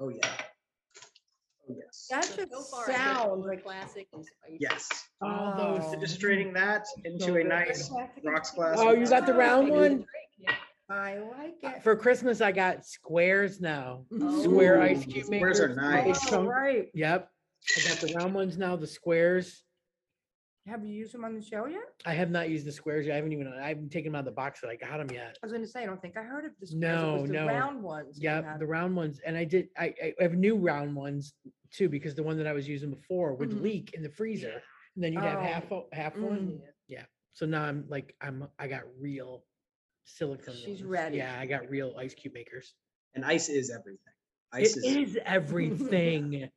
[SPEAKER 3] Oh, yeah. Oh, yes.
[SPEAKER 4] That should sound like.
[SPEAKER 5] Classic. and spicy.
[SPEAKER 3] Yes.
[SPEAKER 6] All those
[SPEAKER 4] Wow.
[SPEAKER 3] So Just straining that into a
[SPEAKER 6] good.
[SPEAKER 3] nice rocks glass.
[SPEAKER 6] Oh, you got the round
[SPEAKER 5] Maybe
[SPEAKER 6] one?
[SPEAKER 5] Yeah.
[SPEAKER 4] I like it.
[SPEAKER 6] uh, For Christmas, I got squares now.
[SPEAKER 5] Oh.
[SPEAKER 6] Square ice
[SPEAKER 3] Ooh,
[SPEAKER 6] cube
[SPEAKER 3] squares are
[SPEAKER 6] makers.
[SPEAKER 3] nice.
[SPEAKER 6] Big
[SPEAKER 4] All
[SPEAKER 6] chunk.
[SPEAKER 4] right.
[SPEAKER 6] Yep. I got the round ones now, the squares.
[SPEAKER 4] Have you used them on the show yet?
[SPEAKER 6] I have not used the squares yet. I haven't even, I haven't taken them out of the box that I got them yet.
[SPEAKER 4] I was gonna say, I don't think I heard of this.
[SPEAKER 6] No,
[SPEAKER 4] The
[SPEAKER 6] no.
[SPEAKER 4] round ones. you
[SPEAKER 6] Yeah,
[SPEAKER 4] had.
[SPEAKER 6] the round ones, and I did, I, I- I have new round ones too, because the one that I was using before would
[SPEAKER 4] Mhm.
[SPEAKER 6] leak in the freezer. And then you'd have
[SPEAKER 4] Oh.
[SPEAKER 6] half, o- half one,
[SPEAKER 4] Mm.
[SPEAKER 6] so now I'm like, I'm, I got real silicone.
[SPEAKER 4] She's
[SPEAKER 6] ones.
[SPEAKER 4] ready.
[SPEAKER 6] Yeah, I got real ice cube makers.
[SPEAKER 3] And ice is everything. Ice
[SPEAKER 6] It
[SPEAKER 3] is,
[SPEAKER 6] is everything.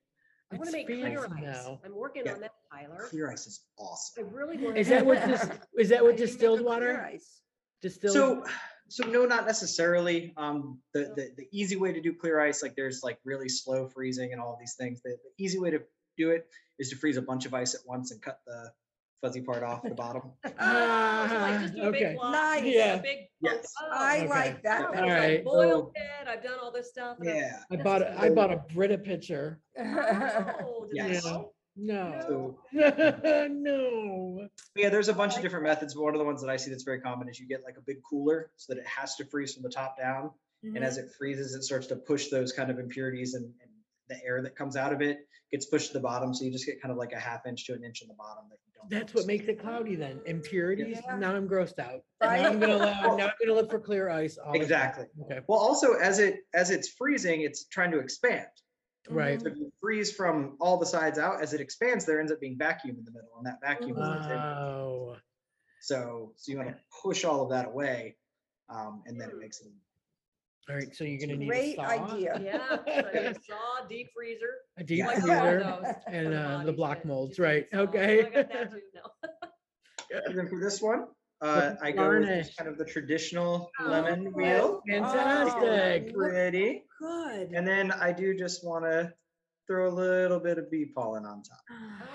[SPEAKER 5] I want
[SPEAKER 6] It's
[SPEAKER 5] to make clear
[SPEAKER 6] fancy
[SPEAKER 5] ice.
[SPEAKER 6] now.
[SPEAKER 5] I'm working
[SPEAKER 3] Yeah.
[SPEAKER 5] on that, Tyler.
[SPEAKER 3] clear ice is
[SPEAKER 5] I
[SPEAKER 3] awesome.
[SPEAKER 5] really want.
[SPEAKER 6] Is that what this, is that
[SPEAKER 4] How do you
[SPEAKER 6] what
[SPEAKER 4] make a
[SPEAKER 6] distilled
[SPEAKER 4] clear
[SPEAKER 6] water?
[SPEAKER 4] ice?
[SPEAKER 6] Distilled?
[SPEAKER 3] So, so no, not necessarily. Um, the, the, the easy way to do clear ice, like there's like really slow freezing and all these things. The, the easy way to do it is to freeze a bunch of ice at once and cut the fuzzy part off the bottom.
[SPEAKER 6] Ah, okay.
[SPEAKER 4] Nice.
[SPEAKER 6] Yeah.
[SPEAKER 3] Yes.
[SPEAKER 4] I
[SPEAKER 5] Oh,
[SPEAKER 6] Okay.
[SPEAKER 4] like that.
[SPEAKER 6] All
[SPEAKER 4] better.
[SPEAKER 6] right. Oh.
[SPEAKER 5] Boiled it. I've done all this stuff. and I'm
[SPEAKER 3] Yeah.
[SPEAKER 6] I bought, a I bought a Brita pitcher.
[SPEAKER 5] Oh, did
[SPEAKER 3] Yes.
[SPEAKER 5] that help?
[SPEAKER 6] No,
[SPEAKER 3] So
[SPEAKER 6] no.
[SPEAKER 3] yeah, there's a bunch of different methods. but One of the ones that I see that's very common is you get like a big cooler so that it has to freeze from the top down. And as
[SPEAKER 6] Mm-hmm.
[SPEAKER 3] it freezes, it starts to push those kind of impurities and, and the air that comes out of it gets pushed to the bottom. So you just get kind of like a half inch to an inch on the bottom that you don't.
[SPEAKER 6] That's
[SPEAKER 3] notice.
[SPEAKER 6] what makes it cloudy then. Impurities.
[SPEAKER 4] Yeah.
[SPEAKER 6] Now I'm grossed out. Now I'm gonna allow, now I'm gonna look for clear ice. all the time.
[SPEAKER 3] Exactly.
[SPEAKER 6] Okay.
[SPEAKER 3] Well, also as it as it's freezing, it's trying to expand.
[SPEAKER 6] Right.
[SPEAKER 3] So if you freeze from all the sides out, as it expands, there ends up being vacuum in the middle, and that vacuum. is what's in-
[SPEAKER 6] Oh,
[SPEAKER 3] So, so you want to push all of that away, um, and
[SPEAKER 6] Hmm.
[SPEAKER 3] then it makes it.
[SPEAKER 6] all right. So you're gonna need a
[SPEAKER 4] Great
[SPEAKER 6] saw,
[SPEAKER 4] idea.
[SPEAKER 5] Yeah, so I need a saw, deep freezer.
[SPEAKER 6] a deep
[SPEAKER 5] like all of
[SPEAKER 6] freezer.
[SPEAKER 5] those for
[SPEAKER 6] and, uh, the
[SPEAKER 5] bodies,
[SPEAKER 6] block
[SPEAKER 5] but you
[SPEAKER 6] molds,
[SPEAKER 5] just need a
[SPEAKER 6] right,
[SPEAKER 5] saw. Oh,
[SPEAKER 6] okay.
[SPEAKER 5] I got that too now.
[SPEAKER 3] And then for this one, uh, I go with
[SPEAKER 6] garnish.
[SPEAKER 3] just kind of the traditional
[SPEAKER 5] Oh,
[SPEAKER 3] lemon
[SPEAKER 4] that's
[SPEAKER 3] wheel.
[SPEAKER 6] Fantastic.
[SPEAKER 3] Pretty.
[SPEAKER 1] Good.
[SPEAKER 3] And then I do just want to throw a little bit of bee pollen on top.
[SPEAKER 5] Wow.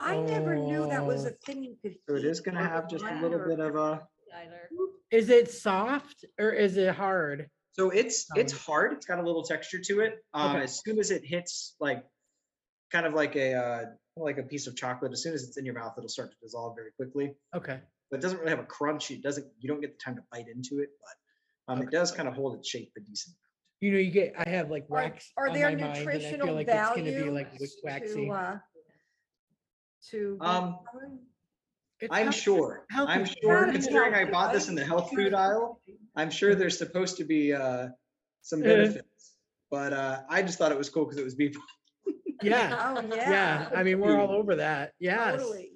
[SPEAKER 4] I never knew that was a
[SPEAKER 6] Oh.
[SPEAKER 4] thing you could.
[SPEAKER 3] So it
[SPEAKER 4] eat
[SPEAKER 3] is going to
[SPEAKER 4] or
[SPEAKER 3] have just a
[SPEAKER 4] buy
[SPEAKER 3] little
[SPEAKER 4] or-
[SPEAKER 3] bit of a.
[SPEAKER 5] Tyler.
[SPEAKER 6] Is it soft or is it hard?
[SPEAKER 3] So it's it's
[SPEAKER 6] Um,
[SPEAKER 3] hard. It's got a little texture to it. Um,
[SPEAKER 6] Okay.
[SPEAKER 3] As soon as it hits, like, kind of like a uh, like a piece of chocolate. As soon as it's in your mouth, it'll start to dissolve very quickly.
[SPEAKER 6] Okay.
[SPEAKER 3] But it doesn't really have a crunch. It doesn't. You don't get the time to bite into it, but um,
[SPEAKER 6] Okay.
[SPEAKER 3] it does kind of hold its shape a decent.
[SPEAKER 6] You know, you get, I have like
[SPEAKER 4] Are-
[SPEAKER 6] wax
[SPEAKER 4] Are
[SPEAKER 6] on
[SPEAKER 4] there
[SPEAKER 6] my mind and I feel
[SPEAKER 4] nutritional
[SPEAKER 6] like it's gonna be,
[SPEAKER 4] value
[SPEAKER 6] like, wick- waxy.
[SPEAKER 4] to, uh, to?
[SPEAKER 3] Um,
[SPEAKER 6] It's
[SPEAKER 3] I'm
[SPEAKER 6] not-
[SPEAKER 3] sure.
[SPEAKER 6] healthy.
[SPEAKER 3] I'm
[SPEAKER 6] It's
[SPEAKER 3] sure.
[SPEAKER 6] not
[SPEAKER 3] Considering I bought this in the health food aisle, I'm sure there's supposed to be uh, some
[SPEAKER 6] Uh.
[SPEAKER 3] benefits. But uh, I just thought it was cool because it was beef.
[SPEAKER 6] Yeah,
[SPEAKER 4] Oh,
[SPEAKER 6] yeah.
[SPEAKER 4] yeah.
[SPEAKER 6] I mean, we're all
[SPEAKER 3] Mm.
[SPEAKER 6] over that. Yes.
[SPEAKER 4] Totally.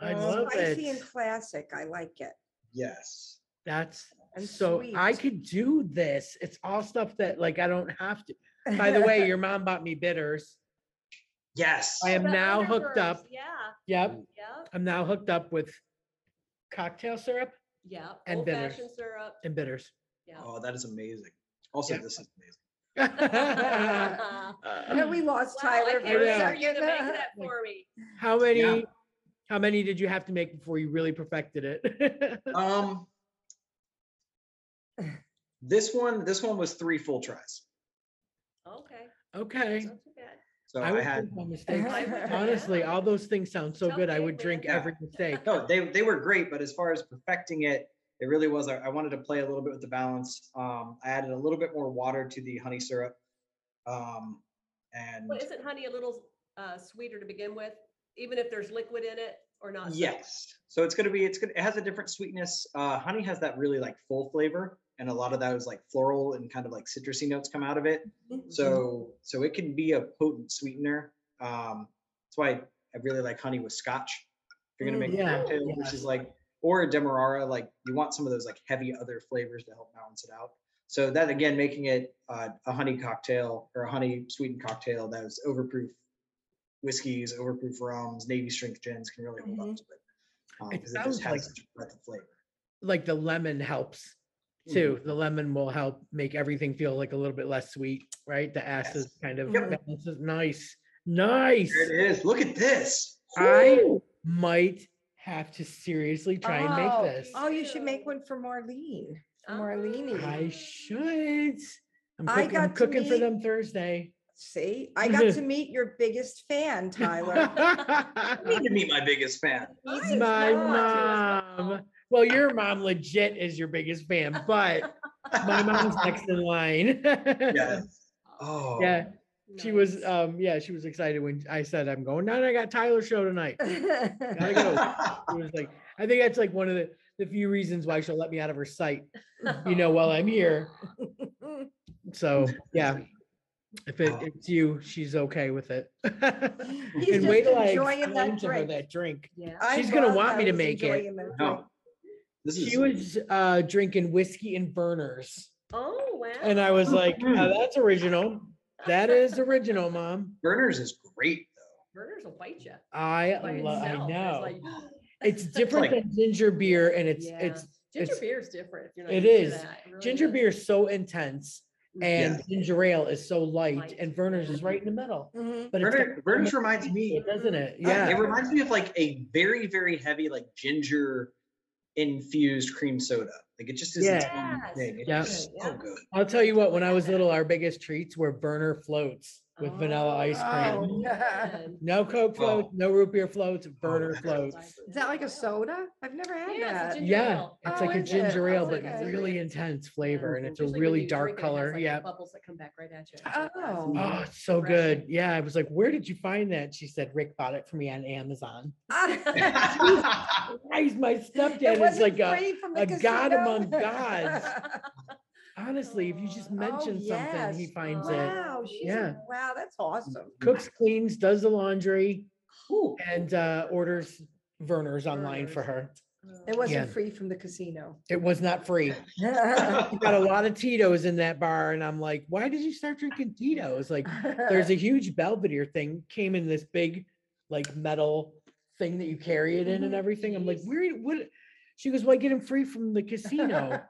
[SPEAKER 6] I
[SPEAKER 4] It's
[SPEAKER 6] love
[SPEAKER 4] Spicy and
[SPEAKER 6] it.
[SPEAKER 4] classic. I like it.
[SPEAKER 3] Yes.
[SPEAKER 6] That's,
[SPEAKER 4] And
[SPEAKER 6] so I
[SPEAKER 4] sweet.
[SPEAKER 6] could do this. It's all stuff that like I don't have to. By the way, your mom bought me bitters.
[SPEAKER 3] Yes.
[SPEAKER 6] I am
[SPEAKER 5] The
[SPEAKER 6] now
[SPEAKER 5] underbergs,
[SPEAKER 6] hooked up.
[SPEAKER 5] Yeah,
[SPEAKER 6] Yep.
[SPEAKER 5] yeah,
[SPEAKER 6] I'm now hooked up with cocktail syrup
[SPEAKER 5] yeah.
[SPEAKER 6] And
[SPEAKER 5] Old
[SPEAKER 6] bitters.
[SPEAKER 5] fashioned syrup,
[SPEAKER 6] and bitters.
[SPEAKER 5] yeah.
[SPEAKER 3] Oh, that is amazing. Also,
[SPEAKER 6] Yeah.
[SPEAKER 3] this is amazing.
[SPEAKER 6] Uh,
[SPEAKER 4] Now we lost
[SPEAKER 5] Wow, I
[SPEAKER 4] Tyler.
[SPEAKER 5] can't
[SPEAKER 4] for a
[SPEAKER 5] wait for you to
[SPEAKER 4] second.
[SPEAKER 5] make that for me.
[SPEAKER 6] How many, how many did you have to make before you really perfected it?
[SPEAKER 3] Um, this one, this one was three full tries.
[SPEAKER 5] Okay,
[SPEAKER 6] Okay.
[SPEAKER 5] not too bad.
[SPEAKER 3] So
[SPEAKER 6] I
[SPEAKER 3] I
[SPEAKER 6] would drink
[SPEAKER 3] had
[SPEAKER 6] my mistakes.
[SPEAKER 4] I would,
[SPEAKER 6] Honestly,
[SPEAKER 5] yeah.
[SPEAKER 6] all those things sound so good. I
[SPEAKER 5] Self-made
[SPEAKER 6] would drink
[SPEAKER 5] man.
[SPEAKER 6] every mistake.
[SPEAKER 3] no, they they were great, but as far as perfecting it, it really was. I, I wanted to play a little bit with the balance. Um, I added a little bit more water to the honey syrup. Um, and
[SPEAKER 5] Well, isn't honey a little uh, sweeter to begin with, even if there's liquid in it or not? so-
[SPEAKER 3] yes, so it's gonna be it's gonna it has a different sweetness. Uh, honey has that really like full flavor, and a lot of that is like floral and kind of like citrusy notes come out of it.
[SPEAKER 6] Mm-hmm.
[SPEAKER 3] So so it can be a potent sweetener. Um, that's why I really like honey with scotch. If you're gonna
[SPEAKER 6] Mm,
[SPEAKER 3] make
[SPEAKER 6] yeah,
[SPEAKER 3] a cocktail, which
[SPEAKER 6] yes.
[SPEAKER 3] is like or a demerara, like you want some of those like heavy other flavors to help balance it out. So that again, making it uh, a honey cocktail or a honey sweetened cocktail that was overproof whiskeys, overproof rums, navy strength gins can really hold up to it. Um,
[SPEAKER 6] Mm-hmm. It
[SPEAKER 3] because it
[SPEAKER 6] sounds
[SPEAKER 3] just has
[SPEAKER 6] like-
[SPEAKER 3] such a breadth of flavor.
[SPEAKER 6] Like the lemon helps too.
[SPEAKER 3] Mm-hmm.
[SPEAKER 6] The lemon will help make everything feel like a little bit less sweet, right? The acid kind of
[SPEAKER 3] Yep.
[SPEAKER 6] balances. Nice, nice.
[SPEAKER 3] There it is. Look at this.
[SPEAKER 6] I
[SPEAKER 3] Whew.
[SPEAKER 6] might have to seriously try and
[SPEAKER 4] Oh,
[SPEAKER 6] make this.
[SPEAKER 4] Oh, you should make
[SPEAKER 5] Ew.
[SPEAKER 4] one for Marlene. for
[SPEAKER 5] Ah.
[SPEAKER 4] Marlene.
[SPEAKER 6] I should. I'm
[SPEAKER 4] I
[SPEAKER 6] cooking, I'm
[SPEAKER 4] got to
[SPEAKER 6] cooking for
[SPEAKER 4] meet-
[SPEAKER 6] them Thursday.
[SPEAKER 4] See, I got to meet your biggest fan, Tyler.
[SPEAKER 3] You need to meet my biggest fan.
[SPEAKER 5] Mine is not
[SPEAKER 6] My
[SPEAKER 5] too as well.
[SPEAKER 6] mom. Well, your mom legit is your biggest fan, but my mom's next in line.
[SPEAKER 3] Yes. Oh.
[SPEAKER 6] Yeah, she was,
[SPEAKER 5] Nice.
[SPEAKER 6] um, yeah, she was excited when I said, I'm going, down. I got Tyler's show tonight. Gotta go. She was like, I think that's like one of the, the few reasons why she'll let me out of her sight, you know, while I'm here. So, yeah. If it,
[SPEAKER 3] Oh.
[SPEAKER 6] it's you, she's okay with it.
[SPEAKER 4] He's
[SPEAKER 6] And
[SPEAKER 4] just
[SPEAKER 6] wait till I
[SPEAKER 4] enjoying that
[SPEAKER 6] explain to her
[SPEAKER 4] drink.
[SPEAKER 6] that drink.
[SPEAKER 5] Yeah.
[SPEAKER 4] I
[SPEAKER 6] She's gonna
[SPEAKER 4] love
[SPEAKER 6] want
[SPEAKER 4] how
[SPEAKER 6] me to
[SPEAKER 4] he's
[SPEAKER 6] make it.
[SPEAKER 4] enjoying the
[SPEAKER 3] No. This is
[SPEAKER 6] She was, uh, drinking whiskey and burners.
[SPEAKER 5] Oh, wow.
[SPEAKER 6] And I was like,
[SPEAKER 3] Mhm.
[SPEAKER 6] "Now that's original. That is original, mom.
[SPEAKER 3] Burners is great though.
[SPEAKER 5] Burners will bite you.
[SPEAKER 6] I
[SPEAKER 5] by
[SPEAKER 6] love, I
[SPEAKER 5] itself.
[SPEAKER 6] know.
[SPEAKER 5] It's like,
[SPEAKER 6] It's different
[SPEAKER 3] like-
[SPEAKER 6] than ginger beer and it's,
[SPEAKER 5] Yeah.
[SPEAKER 6] it's,
[SPEAKER 5] Ginger
[SPEAKER 6] it's-
[SPEAKER 5] beer is different. if you're not
[SPEAKER 6] it
[SPEAKER 5] used to
[SPEAKER 6] is.
[SPEAKER 5] that, it really
[SPEAKER 6] ginger
[SPEAKER 5] is.
[SPEAKER 6] beer is so intense and ginger ale is so light
[SPEAKER 5] Light,
[SPEAKER 6] and Verner's is
[SPEAKER 5] yeah.
[SPEAKER 6] right in the middle.
[SPEAKER 4] Mhm.
[SPEAKER 6] But it's got
[SPEAKER 3] Burner, Burners reminds me.
[SPEAKER 6] it, doesn't it?
[SPEAKER 3] uh,
[SPEAKER 6] Yeah.
[SPEAKER 3] It reminds me of like a very, very heavy, like ginger infused cream soda. Like it just is its own
[SPEAKER 5] Yes.
[SPEAKER 3] thing. It's
[SPEAKER 6] Yeah.
[SPEAKER 3] just so good.
[SPEAKER 6] I'll tell you what, when I was little, our biggest treats were Verner floats with vanilla
[SPEAKER 5] Oh,
[SPEAKER 6] ice cream.
[SPEAKER 4] Oh.
[SPEAKER 5] man.
[SPEAKER 6] No Coke
[SPEAKER 3] Oh.
[SPEAKER 6] floats, no root beer floats, Verner
[SPEAKER 3] that's
[SPEAKER 6] floats.
[SPEAKER 4] Is that like a soda? I've never
[SPEAKER 5] Yeah,
[SPEAKER 4] had
[SPEAKER 5] it's a
[SPEAKER 4] that.
[SPEAKER 5] ginger
[SPEAKER 6] Yeah,
[SPEAKER 5] ale.
[SPEAKER 6] it's
[SPEAKER 4] Oh,
[SPEAKER 6] like a
[SPEAKER 4] is it?
[SPEAKER 6] ginger ale,
[SPEAKER 4] Oh,
[SPEAKER 6] but
[SPEAKER 4] okay.
[SPEAKER 6] really intense flavor and it's a
[SPEAKER 5] Just like when
[SPEAKER 6] really
[SPEAKER 5] you
[SPEAKER 6] dark
[SPEAKER 5] drink it, it has
[SPEAKER 6] color.
[SPEAKER 5] like the
[SPEAKER 6] Yeah.
[SPEAKER 5] Bubbles that come back right at you.
[SPEAKER 4] Oh.
[SPEAKER 6] Oh, it's so
[SPEAKER 5] refreshing.
[SPEAKER 6] good. Yeah, I was like, where did you find that? She said, Rick bought it for me on Amazon. I, my
[SPEAKER 4] It
[SPEAKER 6] stepdad is
[SPEAKER 4] wasn't
[SPEAKER 6] like, a-
[SPEAKER 4] free from the
[SPEAKER 6] a god
[SPEAKER 4] casino?
[SPEAKER 6] among gods. honestly, if you just
[SPEAKER 5] Aw. Oh,
[SPEAKER 6] mention something, he
[SPEAKER 4] yes.
[SPEAKER 6] finds it.
[SPEAKER 4] Wow, she's,
[SPEAKER 6] Yeah. Mm.
[SPEAKER 4] a- wow, that's awesome.
[SPEAKER 6] Cooks, cleans, does the laundry
[SPEAKER 3] Ooh.
[SPEAKER 6] and uh, orders Verner's online for
[SPEAKER 5] Verners.
[SPEAKER 6] her.
[SPEAKER 5] Uh,
[SPEAKER 4] It
[SPEAKER 6] Yeah.
[SPEAKER 4] wasn't free from the casino.
[SPEAKER 6] It was not free. Got a lot of Tito's in that bar and I'm like, why did you start drinking Tito's? Like
[SPEAKER 3] Uh-uh.
[SPEAKER 6] there's a huge Belvedere thing, came in this big like metal thing that you carry it in and
[SPEAKER 4] Mhm.
[SPEAKER 6] everything. I'm
[SPEAKER 3] Mm-hmm.
[SPEAKER 6] like, where, what? She goes, well, I get them free from the casino.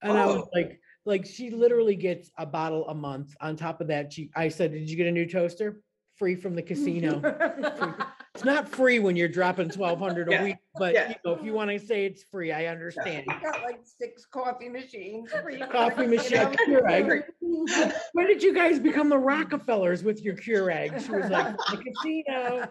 [SPEAKER 6] And I was
[SPEAKER 3] Oh.
[SPEAKER 6] like, like she literally gets a bottle a month. On top of that, she, I said, did you get a new toaster? Free from the casino.
[SPEAKER 3] Mm-hmm.
[SPEAKER 6] It's not free when you're dropping twelve hundred a
[SPEAKER 3] Yeah,
[SPEAKER 6] week, but
[SPEAKER 3] yeah.
[SPEAKER 6] you know, if you want to say it's free, I understand.
[SPEAKER 4] Got like six coffee machines. free from the
[SPEAKER 6] Coffee machine,
[SPEAKER 4] casino.
[SPEAKER 6] Keurig. When did you guys become the Rockefellers with your Keurig? She was like, the casino,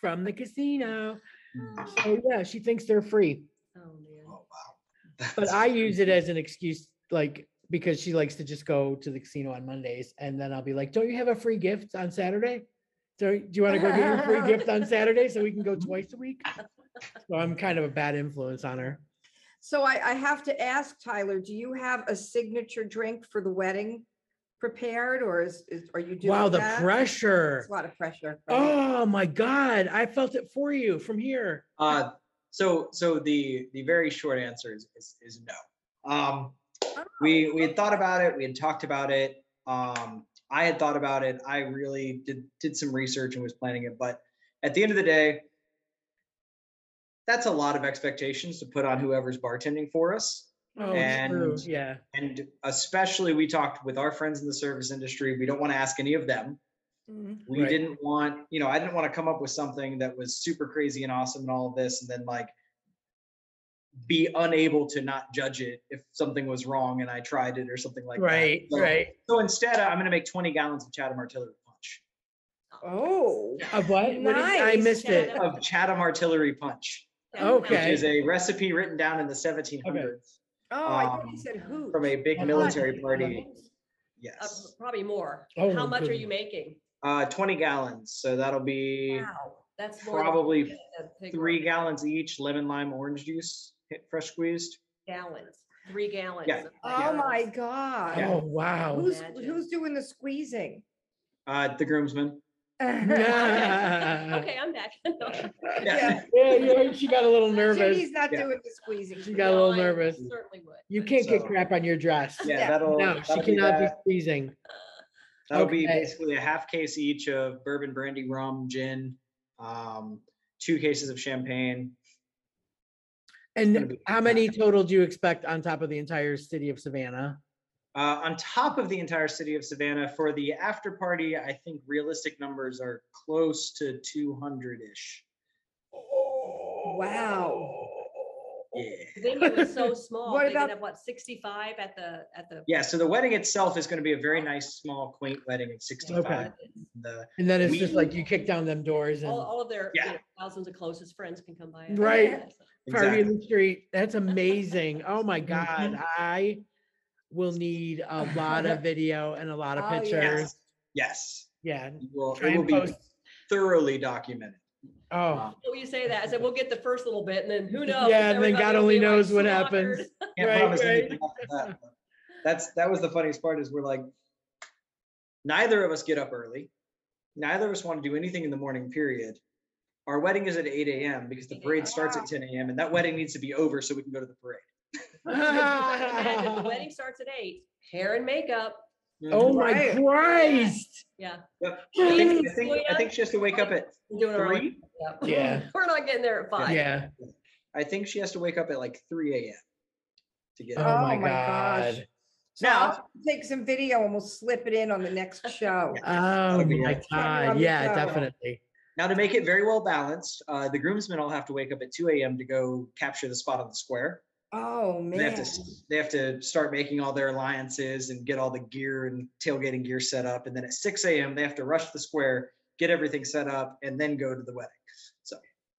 [SPEAKER 6] from the casino.
[SPEAKER 4] Mm.
[SPEAKER 6] So yeah, she thinks they're free,
[SPEAKER 5] Oh, man.
[SPEAKER 3] Oh, wow.
[SPEAKER 6] but I use it as an excuse, like, because she likes to just go to the casino on Mondays and then I'll be like, don't you have a free gift on Saturday? Do, do you want to go get your free gift on Saturday so we can go twice a week? So I'm kind of a bad influence on her.
[SPEAKER 4] So I, I have to ask Tyler, do you have a signature drink for the wedding prepared or is, is, are you doing
[SPEAKER 6] Wow, the
[SPEAKER 4] that?
[SPEAKER 6] pressure.
[SPEAKER 4] It's a lot of pressure. right?
[SPEAKER 6] Oh my God. I felt it for you from here.
[SPEAKER 3] Uh, so so the the very short answer is is, is no. Um, we we had thought about it. We had talked about it. Um, I had thought about it. I really did did some research and was planning it. But at the end of the day, that's a lot of expectations to put on whoever's bartending for us.
[SPEAKER 6] Oh, it's true.
[SPEAKER 3] And-
[SPEAKER 6] Yeah.
[SPEAKER 3] And especially, we talked with our friends in the service industry. We don't want to ask any of them
[SPEAKER 4] Mhm.
[SPEAKER 3] we
[SPEAKER 6] Right.
[SPEAKER 3] didn't want you know i didn't want to come up with something that was super crazy and awesome and all of this and then like be unable to not judge it if something was wrong and i tried it or something like
[SPEAKER 6] Right.
[SPEAKER 3] that So-
[SPEAKER 6] Right.
[SPEAKER 3] so instead i'm going to make 20 gallons of chatham artillery punch
[SPEAKER 4] Oh.
[SPEAKER 6] Of what? What did- I
[SPEAKER 4] Nice,
[SPEAKER 6] missed it.
[SPEAKER 5] Shannon.
[SPEAKER 3] of chatham artillery punch
[SPEAKER 6] Okay.
[SPEAKER 3] which is a recipe written down in the 1700s
[SPEAKER 4] Oh, I thought
[SPEAKER 3] Um,
[SPEAKER 4] you said who?
[SPEAKER 3] from a big
[SPEAKER 6] Hot
[SPEAKER 3] military party
[SPEAKER 6] Gallons.
[SPEAKER 5] Uh,
[SPEAKER 3] yes
[SPEAKER 5] Probably more.
[SPEAKER 6] Oh,
[SPEAKER 5] How much are
[SPEAKER 6] good.
[SPEAKER 5] you making?
[SPEAKER 3] uh 20 gallons so that'll be
[SPEAKER 5] Wow, that's more than
[SPEAKER 3] probably
[SPEAKER 5] a pig
[SPEAKER 3] three
[SPEAKER 5] organ.
[SPEAKER 3] gallons each lemon lime orange juice hit fresh squeezed
[SPEAKER 5] Gallons, three gallons.
[SPEAKER 3] Yeah.
[SPEAKER 5] of
[SPEAKER 4] Oh
[SPEAKER 5] gallons.
[SPEAKER 4] my God.
[SPEAKER 6] Oh, wow.
[SPEAKER 4] Who's,
[SPEAKER 5] Imagine.
[SPEAKER 4] who's doing the squeezing?
[SPEAKER 3] uh the groomsman
[SPEAKER 6] Yeah.
[SPEAKER 5] Okay, I'm back.
[SPEAKER 4] Yeah,
[SPEAKER 6] Yeah, yeah, she got a little nervous.
[SPEAKER 4] Jenny's not
[SPEAKER 3] Yeah.
[SPEAKER 4] doing the squeezing.
[SPEAKER 6] She got a little
[SPEAKER 5] No, I
[SPEAKER 6] nervous.
[SPEAKER 5] Certainly would.
[SPEAKER 6] You
[SPEAKER 5] but-
[SPEAKER 6] can't get
[SPEAKER 3] So-
[SPEAKER 6] crap on your dress.
[SPEAKER 3] Yeah,
[SPEAKER 4] Yeah.
[SPEAKER 3] that'll,
[SPEAKER 6] No, she
[SPEAKER 3] that'll be
[SPEAKER 6] cannot be
[SPEAKER 3] that.
[SPEAKER 6] squeezing.
[SPEAKER 3] That'll be
[SPEAKER 6] Okay.
[SPEAKER 3] basically a half case each of bourbon, brandy, rum, gin, um, two cases of champagne. gonna
[SPEAKER 6] And
[SPEAKER 3] be-
[SPEAKER 6] how many total do you expect on top of the entire city of Savannah?
[SPEAKER 3] Uh, on top of the entire city of Savannah for the after party, I think realistic numbers are close to 200 ish.
[SPEAKER 4] Wow.
[SPEAKER 3] Yeah.
[SPEAKER 5] The venue was so small.
[SPEAKER 4] What
[SPEAKER 5] They could
[SPEAKER 4] about-
[SPEAKER 5] have, what, sixty-five at the, at the.
[SPEAKER 3] Yeah. So the wedding itself is going to be a very nice, small, quaint wedding of 65.
[SPEAKER 6] Okay.
[SPEAKER 3] The,
[SPEAKER 6] And then it's
[SPEAKER 3] We-
[SPEAKER 6] just like you kick down them doors and
[SPEAKER 5] All, all of their you
[SPEAKER 3] Yeah.
[SPEAKER 5] know, thousands of closest friends can come by. and-
[SPEAKER 6] Right. party in
[SPEAKER 3] exactly.
[SPEAKER 6] the street. That's amazing. Oh my
[SPEAKER 4] Mm-hmm.
[SPEAKER 6] God. I will need a lot of video and a lot of
[SPEAKER 4] Oh, yeah.
[SPEAKER 6] pictures.
[SPEAKER 3] Yes.
[SPEAKER 6] Yeah.
[SPEAKER 3] You will-
[SPEAKER 6] Try
[SPEAKER 3] It will
[SPEAKER 6] and
[SPEAKER 3] be
[SPEAKER 6] post.
[SPEAKER 3] thoroughly documented.
[SPEAKER 6] Oh,
[SPEAKER 3] Um,
[SPEAKER 5] Oh, you say that. I said, we'll get the first little bit and then who knows?
[SPEAKER 6] yeah. And then
[SPEAKER 5] Everybody
[SPEAKER 6] God
[SPEAKER 5] will
[SPEAKER 6] only
[SPEAKER 5] be, like,
[SPEAKER 6] knows what
[SPEAKER 5] slaughtered.
[SPEAKER 6] happens.
[SPEAKER 3] Can't
[SPEAKER 6] Right,
[SPEAKER 3] promise
[SPEAKER 6] right.
[SPEAKER 3] anything after that. but That's that was the funniest part is we're like, neither of us get up early. Neither of us want to do anything in the morning. Period. Our wedding is at 8 a.m. because the parade starts at 10 a.m. and that wedding needs to be over so we can go to the parade.
[SPEAKER 5] Imagine the wedding starts at eight, hair and makeup.
[SPEAKER 6] Oh my
[SPEAKER 4] Right.
[SPEAKER 6] Christ.
[SPEAKER 5] Yeah.
[SPEAKER 3] Yep. I
[SPEAKER 5] Please,
[SPEAKER 3] think, I, think, I
[SPEAKER 5] Julia.
[SPEAKER 3] think she has to wake up at
[SPEAKER 5] We're doing our own
[SPEAKER 3] three.
[SPEAKER 5] makeup.
[SPEAKER 6] Yeah.
[SPEAKER 5] We're not getting there at five.
[SPEAKER 6] Yeah.
[SPEAKER 3] I think she has to wake up at like 3 a.m. to get.
[SPEAKER 6] Oh
[SPEAKER 3] up.
[SPEAKER 6] my
[SPEAKER 4] Oh my gosh.
[SPEAKER 6] God.
[SPEAKER 4] So I'll
[SPEAKER 3] Now-
[SPEAKER 4] take some video and we'll slip it in on the next show.
[SPEAKER 6] Oh
[SPEAKER 3] be
[SPEAKER 6] my
[SPEAKER 3] it.
[SPEAKER 6] God.
[SPEAKER 4] on the
[SPEAKER 6] Yeah,
[SPEAKER 4] show.
[SPEAKER 6] definitely.
[SPEAKER 3] Now to make it very well balanced, uh, the groomsmen all have to wake up at 2 a.m. to go capture the spot on the square.
[SPEAKER 4] Oh,
[SPEAKER 3] They have
[SPEAKER 4] man.
[SPEAKER 3] to s- they have to start making all their alliances and get all the gear and tailgating gear set up. And then at 6 a.m. they have to rush the square, get everything set up, and then go to the wedding.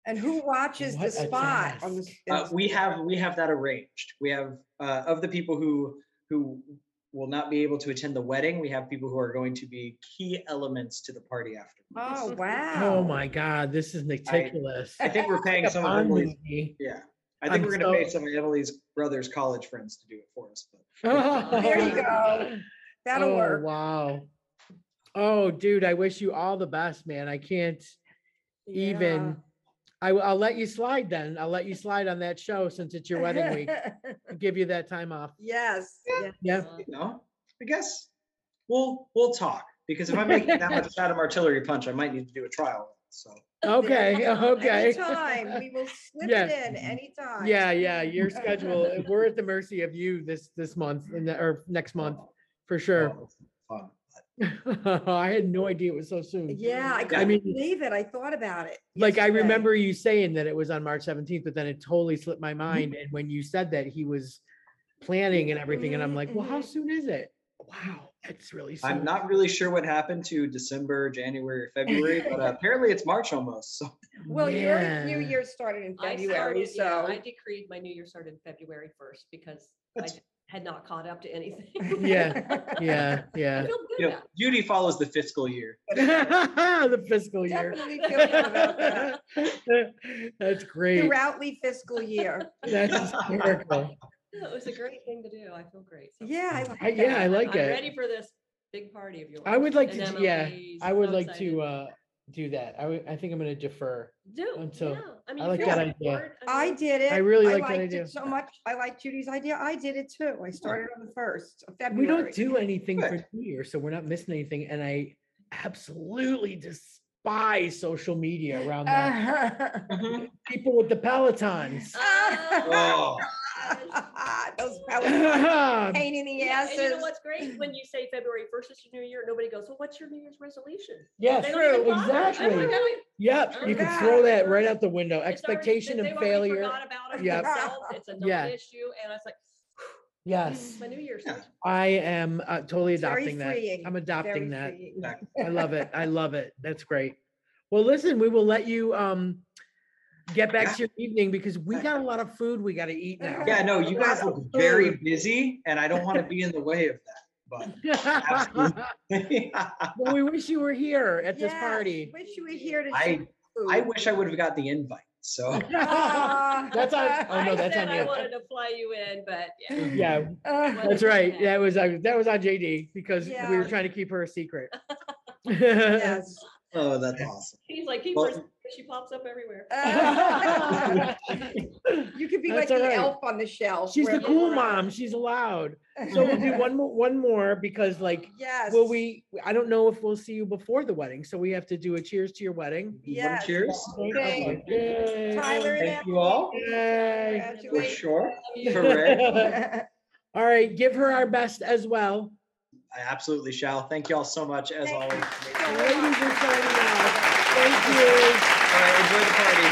[SPEAKER 4] And who watches the
[SPEAKER 6] What a
[SPEAKER 4] spot on the? in
[SPEAKER 3] Uh,
[SPEAKER 4] the-
[SPEAKER 3] we have we have that arranged. We have uh, of the people who who will not be able to attend the wedding. We have people who are going to be key elements to the party after.
[SPEAKER 4] Oh, wow.
[SPEAKER 6] Oh my God. This is meticulous.
[SPEAKER 3] I think we're paying
[SPEAKER 6] Like a
[SPEAKER 3] some of
[SPEAKER 6] Bond
[SPEAKER 3] Emily's.
[SPEAKER 6] movie.
[SPEAKER 3] Yeah, I think
[SPEAKER 6] I'm
[SPEAKER 3] we're gonna
[SPEAKER 6] so-
[SPEAKER 3] pay some of Emily's brother's college friends to do it for us. But
[SPEAKER 4] There you go. That'll
[SPEAKER 6] oh,
[SPEAKER 4] work.
[SPEAKER 6] Wow. Oh, dude, I wish you all the best, man. I can't
[SPEAKER 4] Yeah.
[SPEAKER 6] even. I, will let you slide then. I'll let you slide on that show since it's your wedding week. Give you that time off.
[SPEAKER 4] Yes, yeah.
[SPEAKER 6] Yeah.
[SPEAKER 5] Uh,
[SPEAKER 3] you know, I guess we'll we'll talk because if I'm making that much Chatham artillery punch, I might need to do a trial. So
[SPEAKER 6] Okay. Okay.
[SPEAKER 4] Anytime, we will slip
[SPEAKER 6] Yeah.
[SPEAKER 4] it in anytime.
[SPEAKER 6] Yeah, yeah, your schedule, we're at the mercy of you this, this month and, the- or next month, for sure.
[SPEAKER 3] Oh, fun.
[SPEAKER 6] I had no idea it was so soon.
[SPEAKER 4] Oh. Yeah, I
[SPEAKER 6] mean-
[SPEAKER 4] couldn't believe it. I thought about it.
[SPEAKER 6] Like, I
[SPEAKER 4] yesterday.
[SPEAKER 6] remember you saying that it was on March seventeenth, but then it totally slipped my mind, and when you said that he was planning and everything, and I'm
[SPEAKER 4] Mhm,
[SPEAKER 6] like, well, how
[SPEAKER 4] mhm.
[SPEAKER 6] soon is it? Wow, that's really soon.
[SPEAKER 3] I'm not really sure what happened to December, January, or February, but apparently it's March almost. So
[SPEAKER 4] Well, your new
[SPEAKER 6] Yeah.
[SPEAKER 4] year started in
[SPEAKER 5] I
[SPEAKER 4] February,
[SPEAKER 5] started- yeah,
[SPEAKER 4] so.
[SPEAKER 5] I decreed my new year started February first because I
[SPEAKER 3] That's-
[SPEAKER 5] d- had not caught up to anything.
[SPEAKER 6] Yeah, yeah,
[SPEAKER 5] I
[SPEAKER 6] yeah.
[SPEAKER 5] feel
[SPEAKER 3] you
[SPEAKER 5] good
[SPEAKER 3] know,
[SPEAKER 5] about
[SPEAKER 3] beauty follows the fiscal year.
[SPEAKER 6] The fiscal year.
[SPEAKER 4] Definitely feel good about that.
[SPEAKER 6] That's great.
[SPEAKER 4] Throughoutly fiscal year.
[SPEAKER 6] That's hysterical.
[SPEAKER 5] it. It was a great thing to do. I feel great. so-
[SPEAKER 4] Yeah, I like
[SPEAKER 6] I- Yeah, I
[SPEAKER 5] I'm-
[SPEAKER 6] like
[SPEAKER 5] I'm
[SPEAKER 6] it.
[SPEAKER 5] ready for this big party of yours.
[SPEAKER 6] I would like
[SPEAKER 5] and
[SPEAKER 6] to d- yeah,
[SPEAKER 5] Emily's
[SPEAKER 6] I would
[SPEAKER 5] so
[SPEAKER 6] like
[SPEAKER 5] excited.
[SPEAKER 6] to uh do that. I would, I think I'm gonna defer.
[SPEAKER 5] Do,
[SPEAKER 6] until-
[SPEAKER 5] yeah. I mean,
[SPEAKER 6] um, I
[SPEAKER 5] if
[SPEAKER 6] like
[SPEAKER 5] you're
[SPEAKER 6] that
[SPEAKER 5] on
[SPEAKER 6] idea.
[SPEAKER 5] board,
[SPEAKER 4] I
[SPEAKER 5] mean,
[SPEAKER 4] did it.
[SPEAKER 6] I really like that
[SPEAKER 4] liked it
[SPEAKER 6] idea.
[SPEAKER 4] So much. I like Judy's idea. I did it too. I started on the first of February.
[SPEAKER 6] We don't do anything for
[SPEAKER 3] Good.
[SPEAKER 6] New Year, so we're not missing anything. And I absolutely despise social media around
[SPEAKER 4] Ah.
[SPEAKER 6] that. People with the Pelotons.
[SPEAKER 5] uh,
[SPEAKER 3] Oh,
[SPEAKER 4] Those pallets are a
[SPEAKER 6] Yeah,
[SPEAKER 4] pain in the
[SPEAKER 5] Yeah, and you know
[SPEAKER 4] asses.
[SPEAKER 5] what's great? When you say February first is your new year, nobody goes, well, what's your new year's resolution? They
[SPEAKER 6] Yes,
[SPEAKER 5] don't even
[SPEAKER 4] True,
[SPEAKER 5] bother. I'm like,
[SPEAKER 6] exactly.
[SPEAKER 5] "Oh, it's
[SPEAKER 6] yep, you can throw that right out the window.
[SPEAKER 5] already-
[SPEAKER 6] Expectation
[SPEAKER 5] they've
[SPEAKER 6] of
[SPEAKER 5] already
[SPEAKER 6] failure.
[SPEAKER 5] forgot about it
[SPEAKER 6] Yep.
[SPEAKER 5] themselves. It's a
[SPEAKER 6] Yeah.
[SPEAKER 5] non-issue. And I was like, "Hmm,
[SPEAKER 6] Yes, Oh,
[SPEAKER 5] my new year's.
[SPEAKER 3] Yeah.
[SPEAKER 5] resolution."
[SPEAKER 6] I am uh, totally
[SPEAKER 4] It's very
[SPEAKER 6] adopting that.
[SPEAKER 4] freeing,
[SPEAKER 6] I'm
[SPEAKER 4] very
[SPEAKER 6] adopting that.
[SPEAKER 4] freeing.
[SPEAKER 6] I love it. I love it. That's great. Well, listen, we will let you um get back to your evening because we got a lot of food we gotta eat now.
[SPEAKER 3] yeah, no, you guys look very busy, and I don't want to be in the way of that. absolutely. But
[SPEAKER 6] Well, we wish you were here at this
[SPEAKER 4] Yes,
[SPEAKER 6] party.
[SPEAKER 4] Wish you were here to.
[SPEAKER 3] I
[SPEAKER 4] see food.
[SPEAKER 3] I wish I would have got the invite. So
[SPEAKER 4] Ah.
[SPEAKER 6] That's on, oh no,
[SPEAKER 5] I
[SPEAKER 6] that's
[SPEAKER 5] said
[SPEAKER 6] on
[SPEAKER 5] I
[SPEAKER 6] you.
[SPEAKER 5] wanted to fly you in, but yeah.
[SPEAKER 6] Yeah,
[SPEAKER 4] Ah.
[SPEAKER 6] that's right. That was, on- that was on JD because we were
[SPEAKER 4] Yeah.
[SPEAKER 6] trying to keep her a secret.
[SPEAKER 4] Yes.
[SPEAKER 3] oh, that's awesome.
[SPEAKER 5] He's like, he
[SPEAKER 3] Well-
[SPEAKER 5] wears, she pops up everywhere.
[SPEAKER 4] Ah. You could be like
[SPEAKER 6] That's all
[SPEAKER 4] the
[SPEAKER 6] right.
[SPEAKER 4] elf on the shelf.
[SPEAKER 6] She's the
[SPEAKER 4] where-
[SPEAKER 6] cool mom. She's allowed. So we'll do one more, one more because like
[SPEAKER 4] Yes.
[SPEAKER 6] Well, we, I don't know if we'll see you before the wedding, so we have to do a cheers to your wedding.
[SPEAKER 4] Yes.
[SPEAKER 3] One cheers.
[SPEAKER 4] Thank
[SPEAKER 6] Yay.
[SPEAKER 4] Tyler and
[SPEAKER 3] Thank you all
[SPEAKER 6] Yay.
[SPEAKER 3] for
[SPEAKER 4] Congratulations.
[SPEAKER 3] sure. For Ray,
[SPEAKER 6] All right, give her our best as well.
[SPEAKER 3] I absolutely shall. Thank you all so much as
[SPEAKER 4] Thank you
[SPEAKER 3] always.
[SPEAKER 4] so
[SPEAKER 6] Ladies are
[SPEAKER 4] much.
[SPEAKER 6] signing off. Thank you.
[SPEAKER 3] All right, enjoy the party.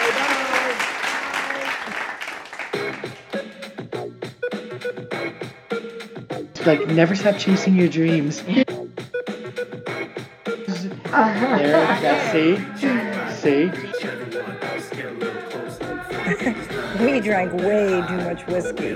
[SPEAKER 6] Bye-bye.
[SPEAKER 1] like never stop chasing your dreams. there, yeah, see, see.
[SPEAKER 2] we drank way too much whiskey.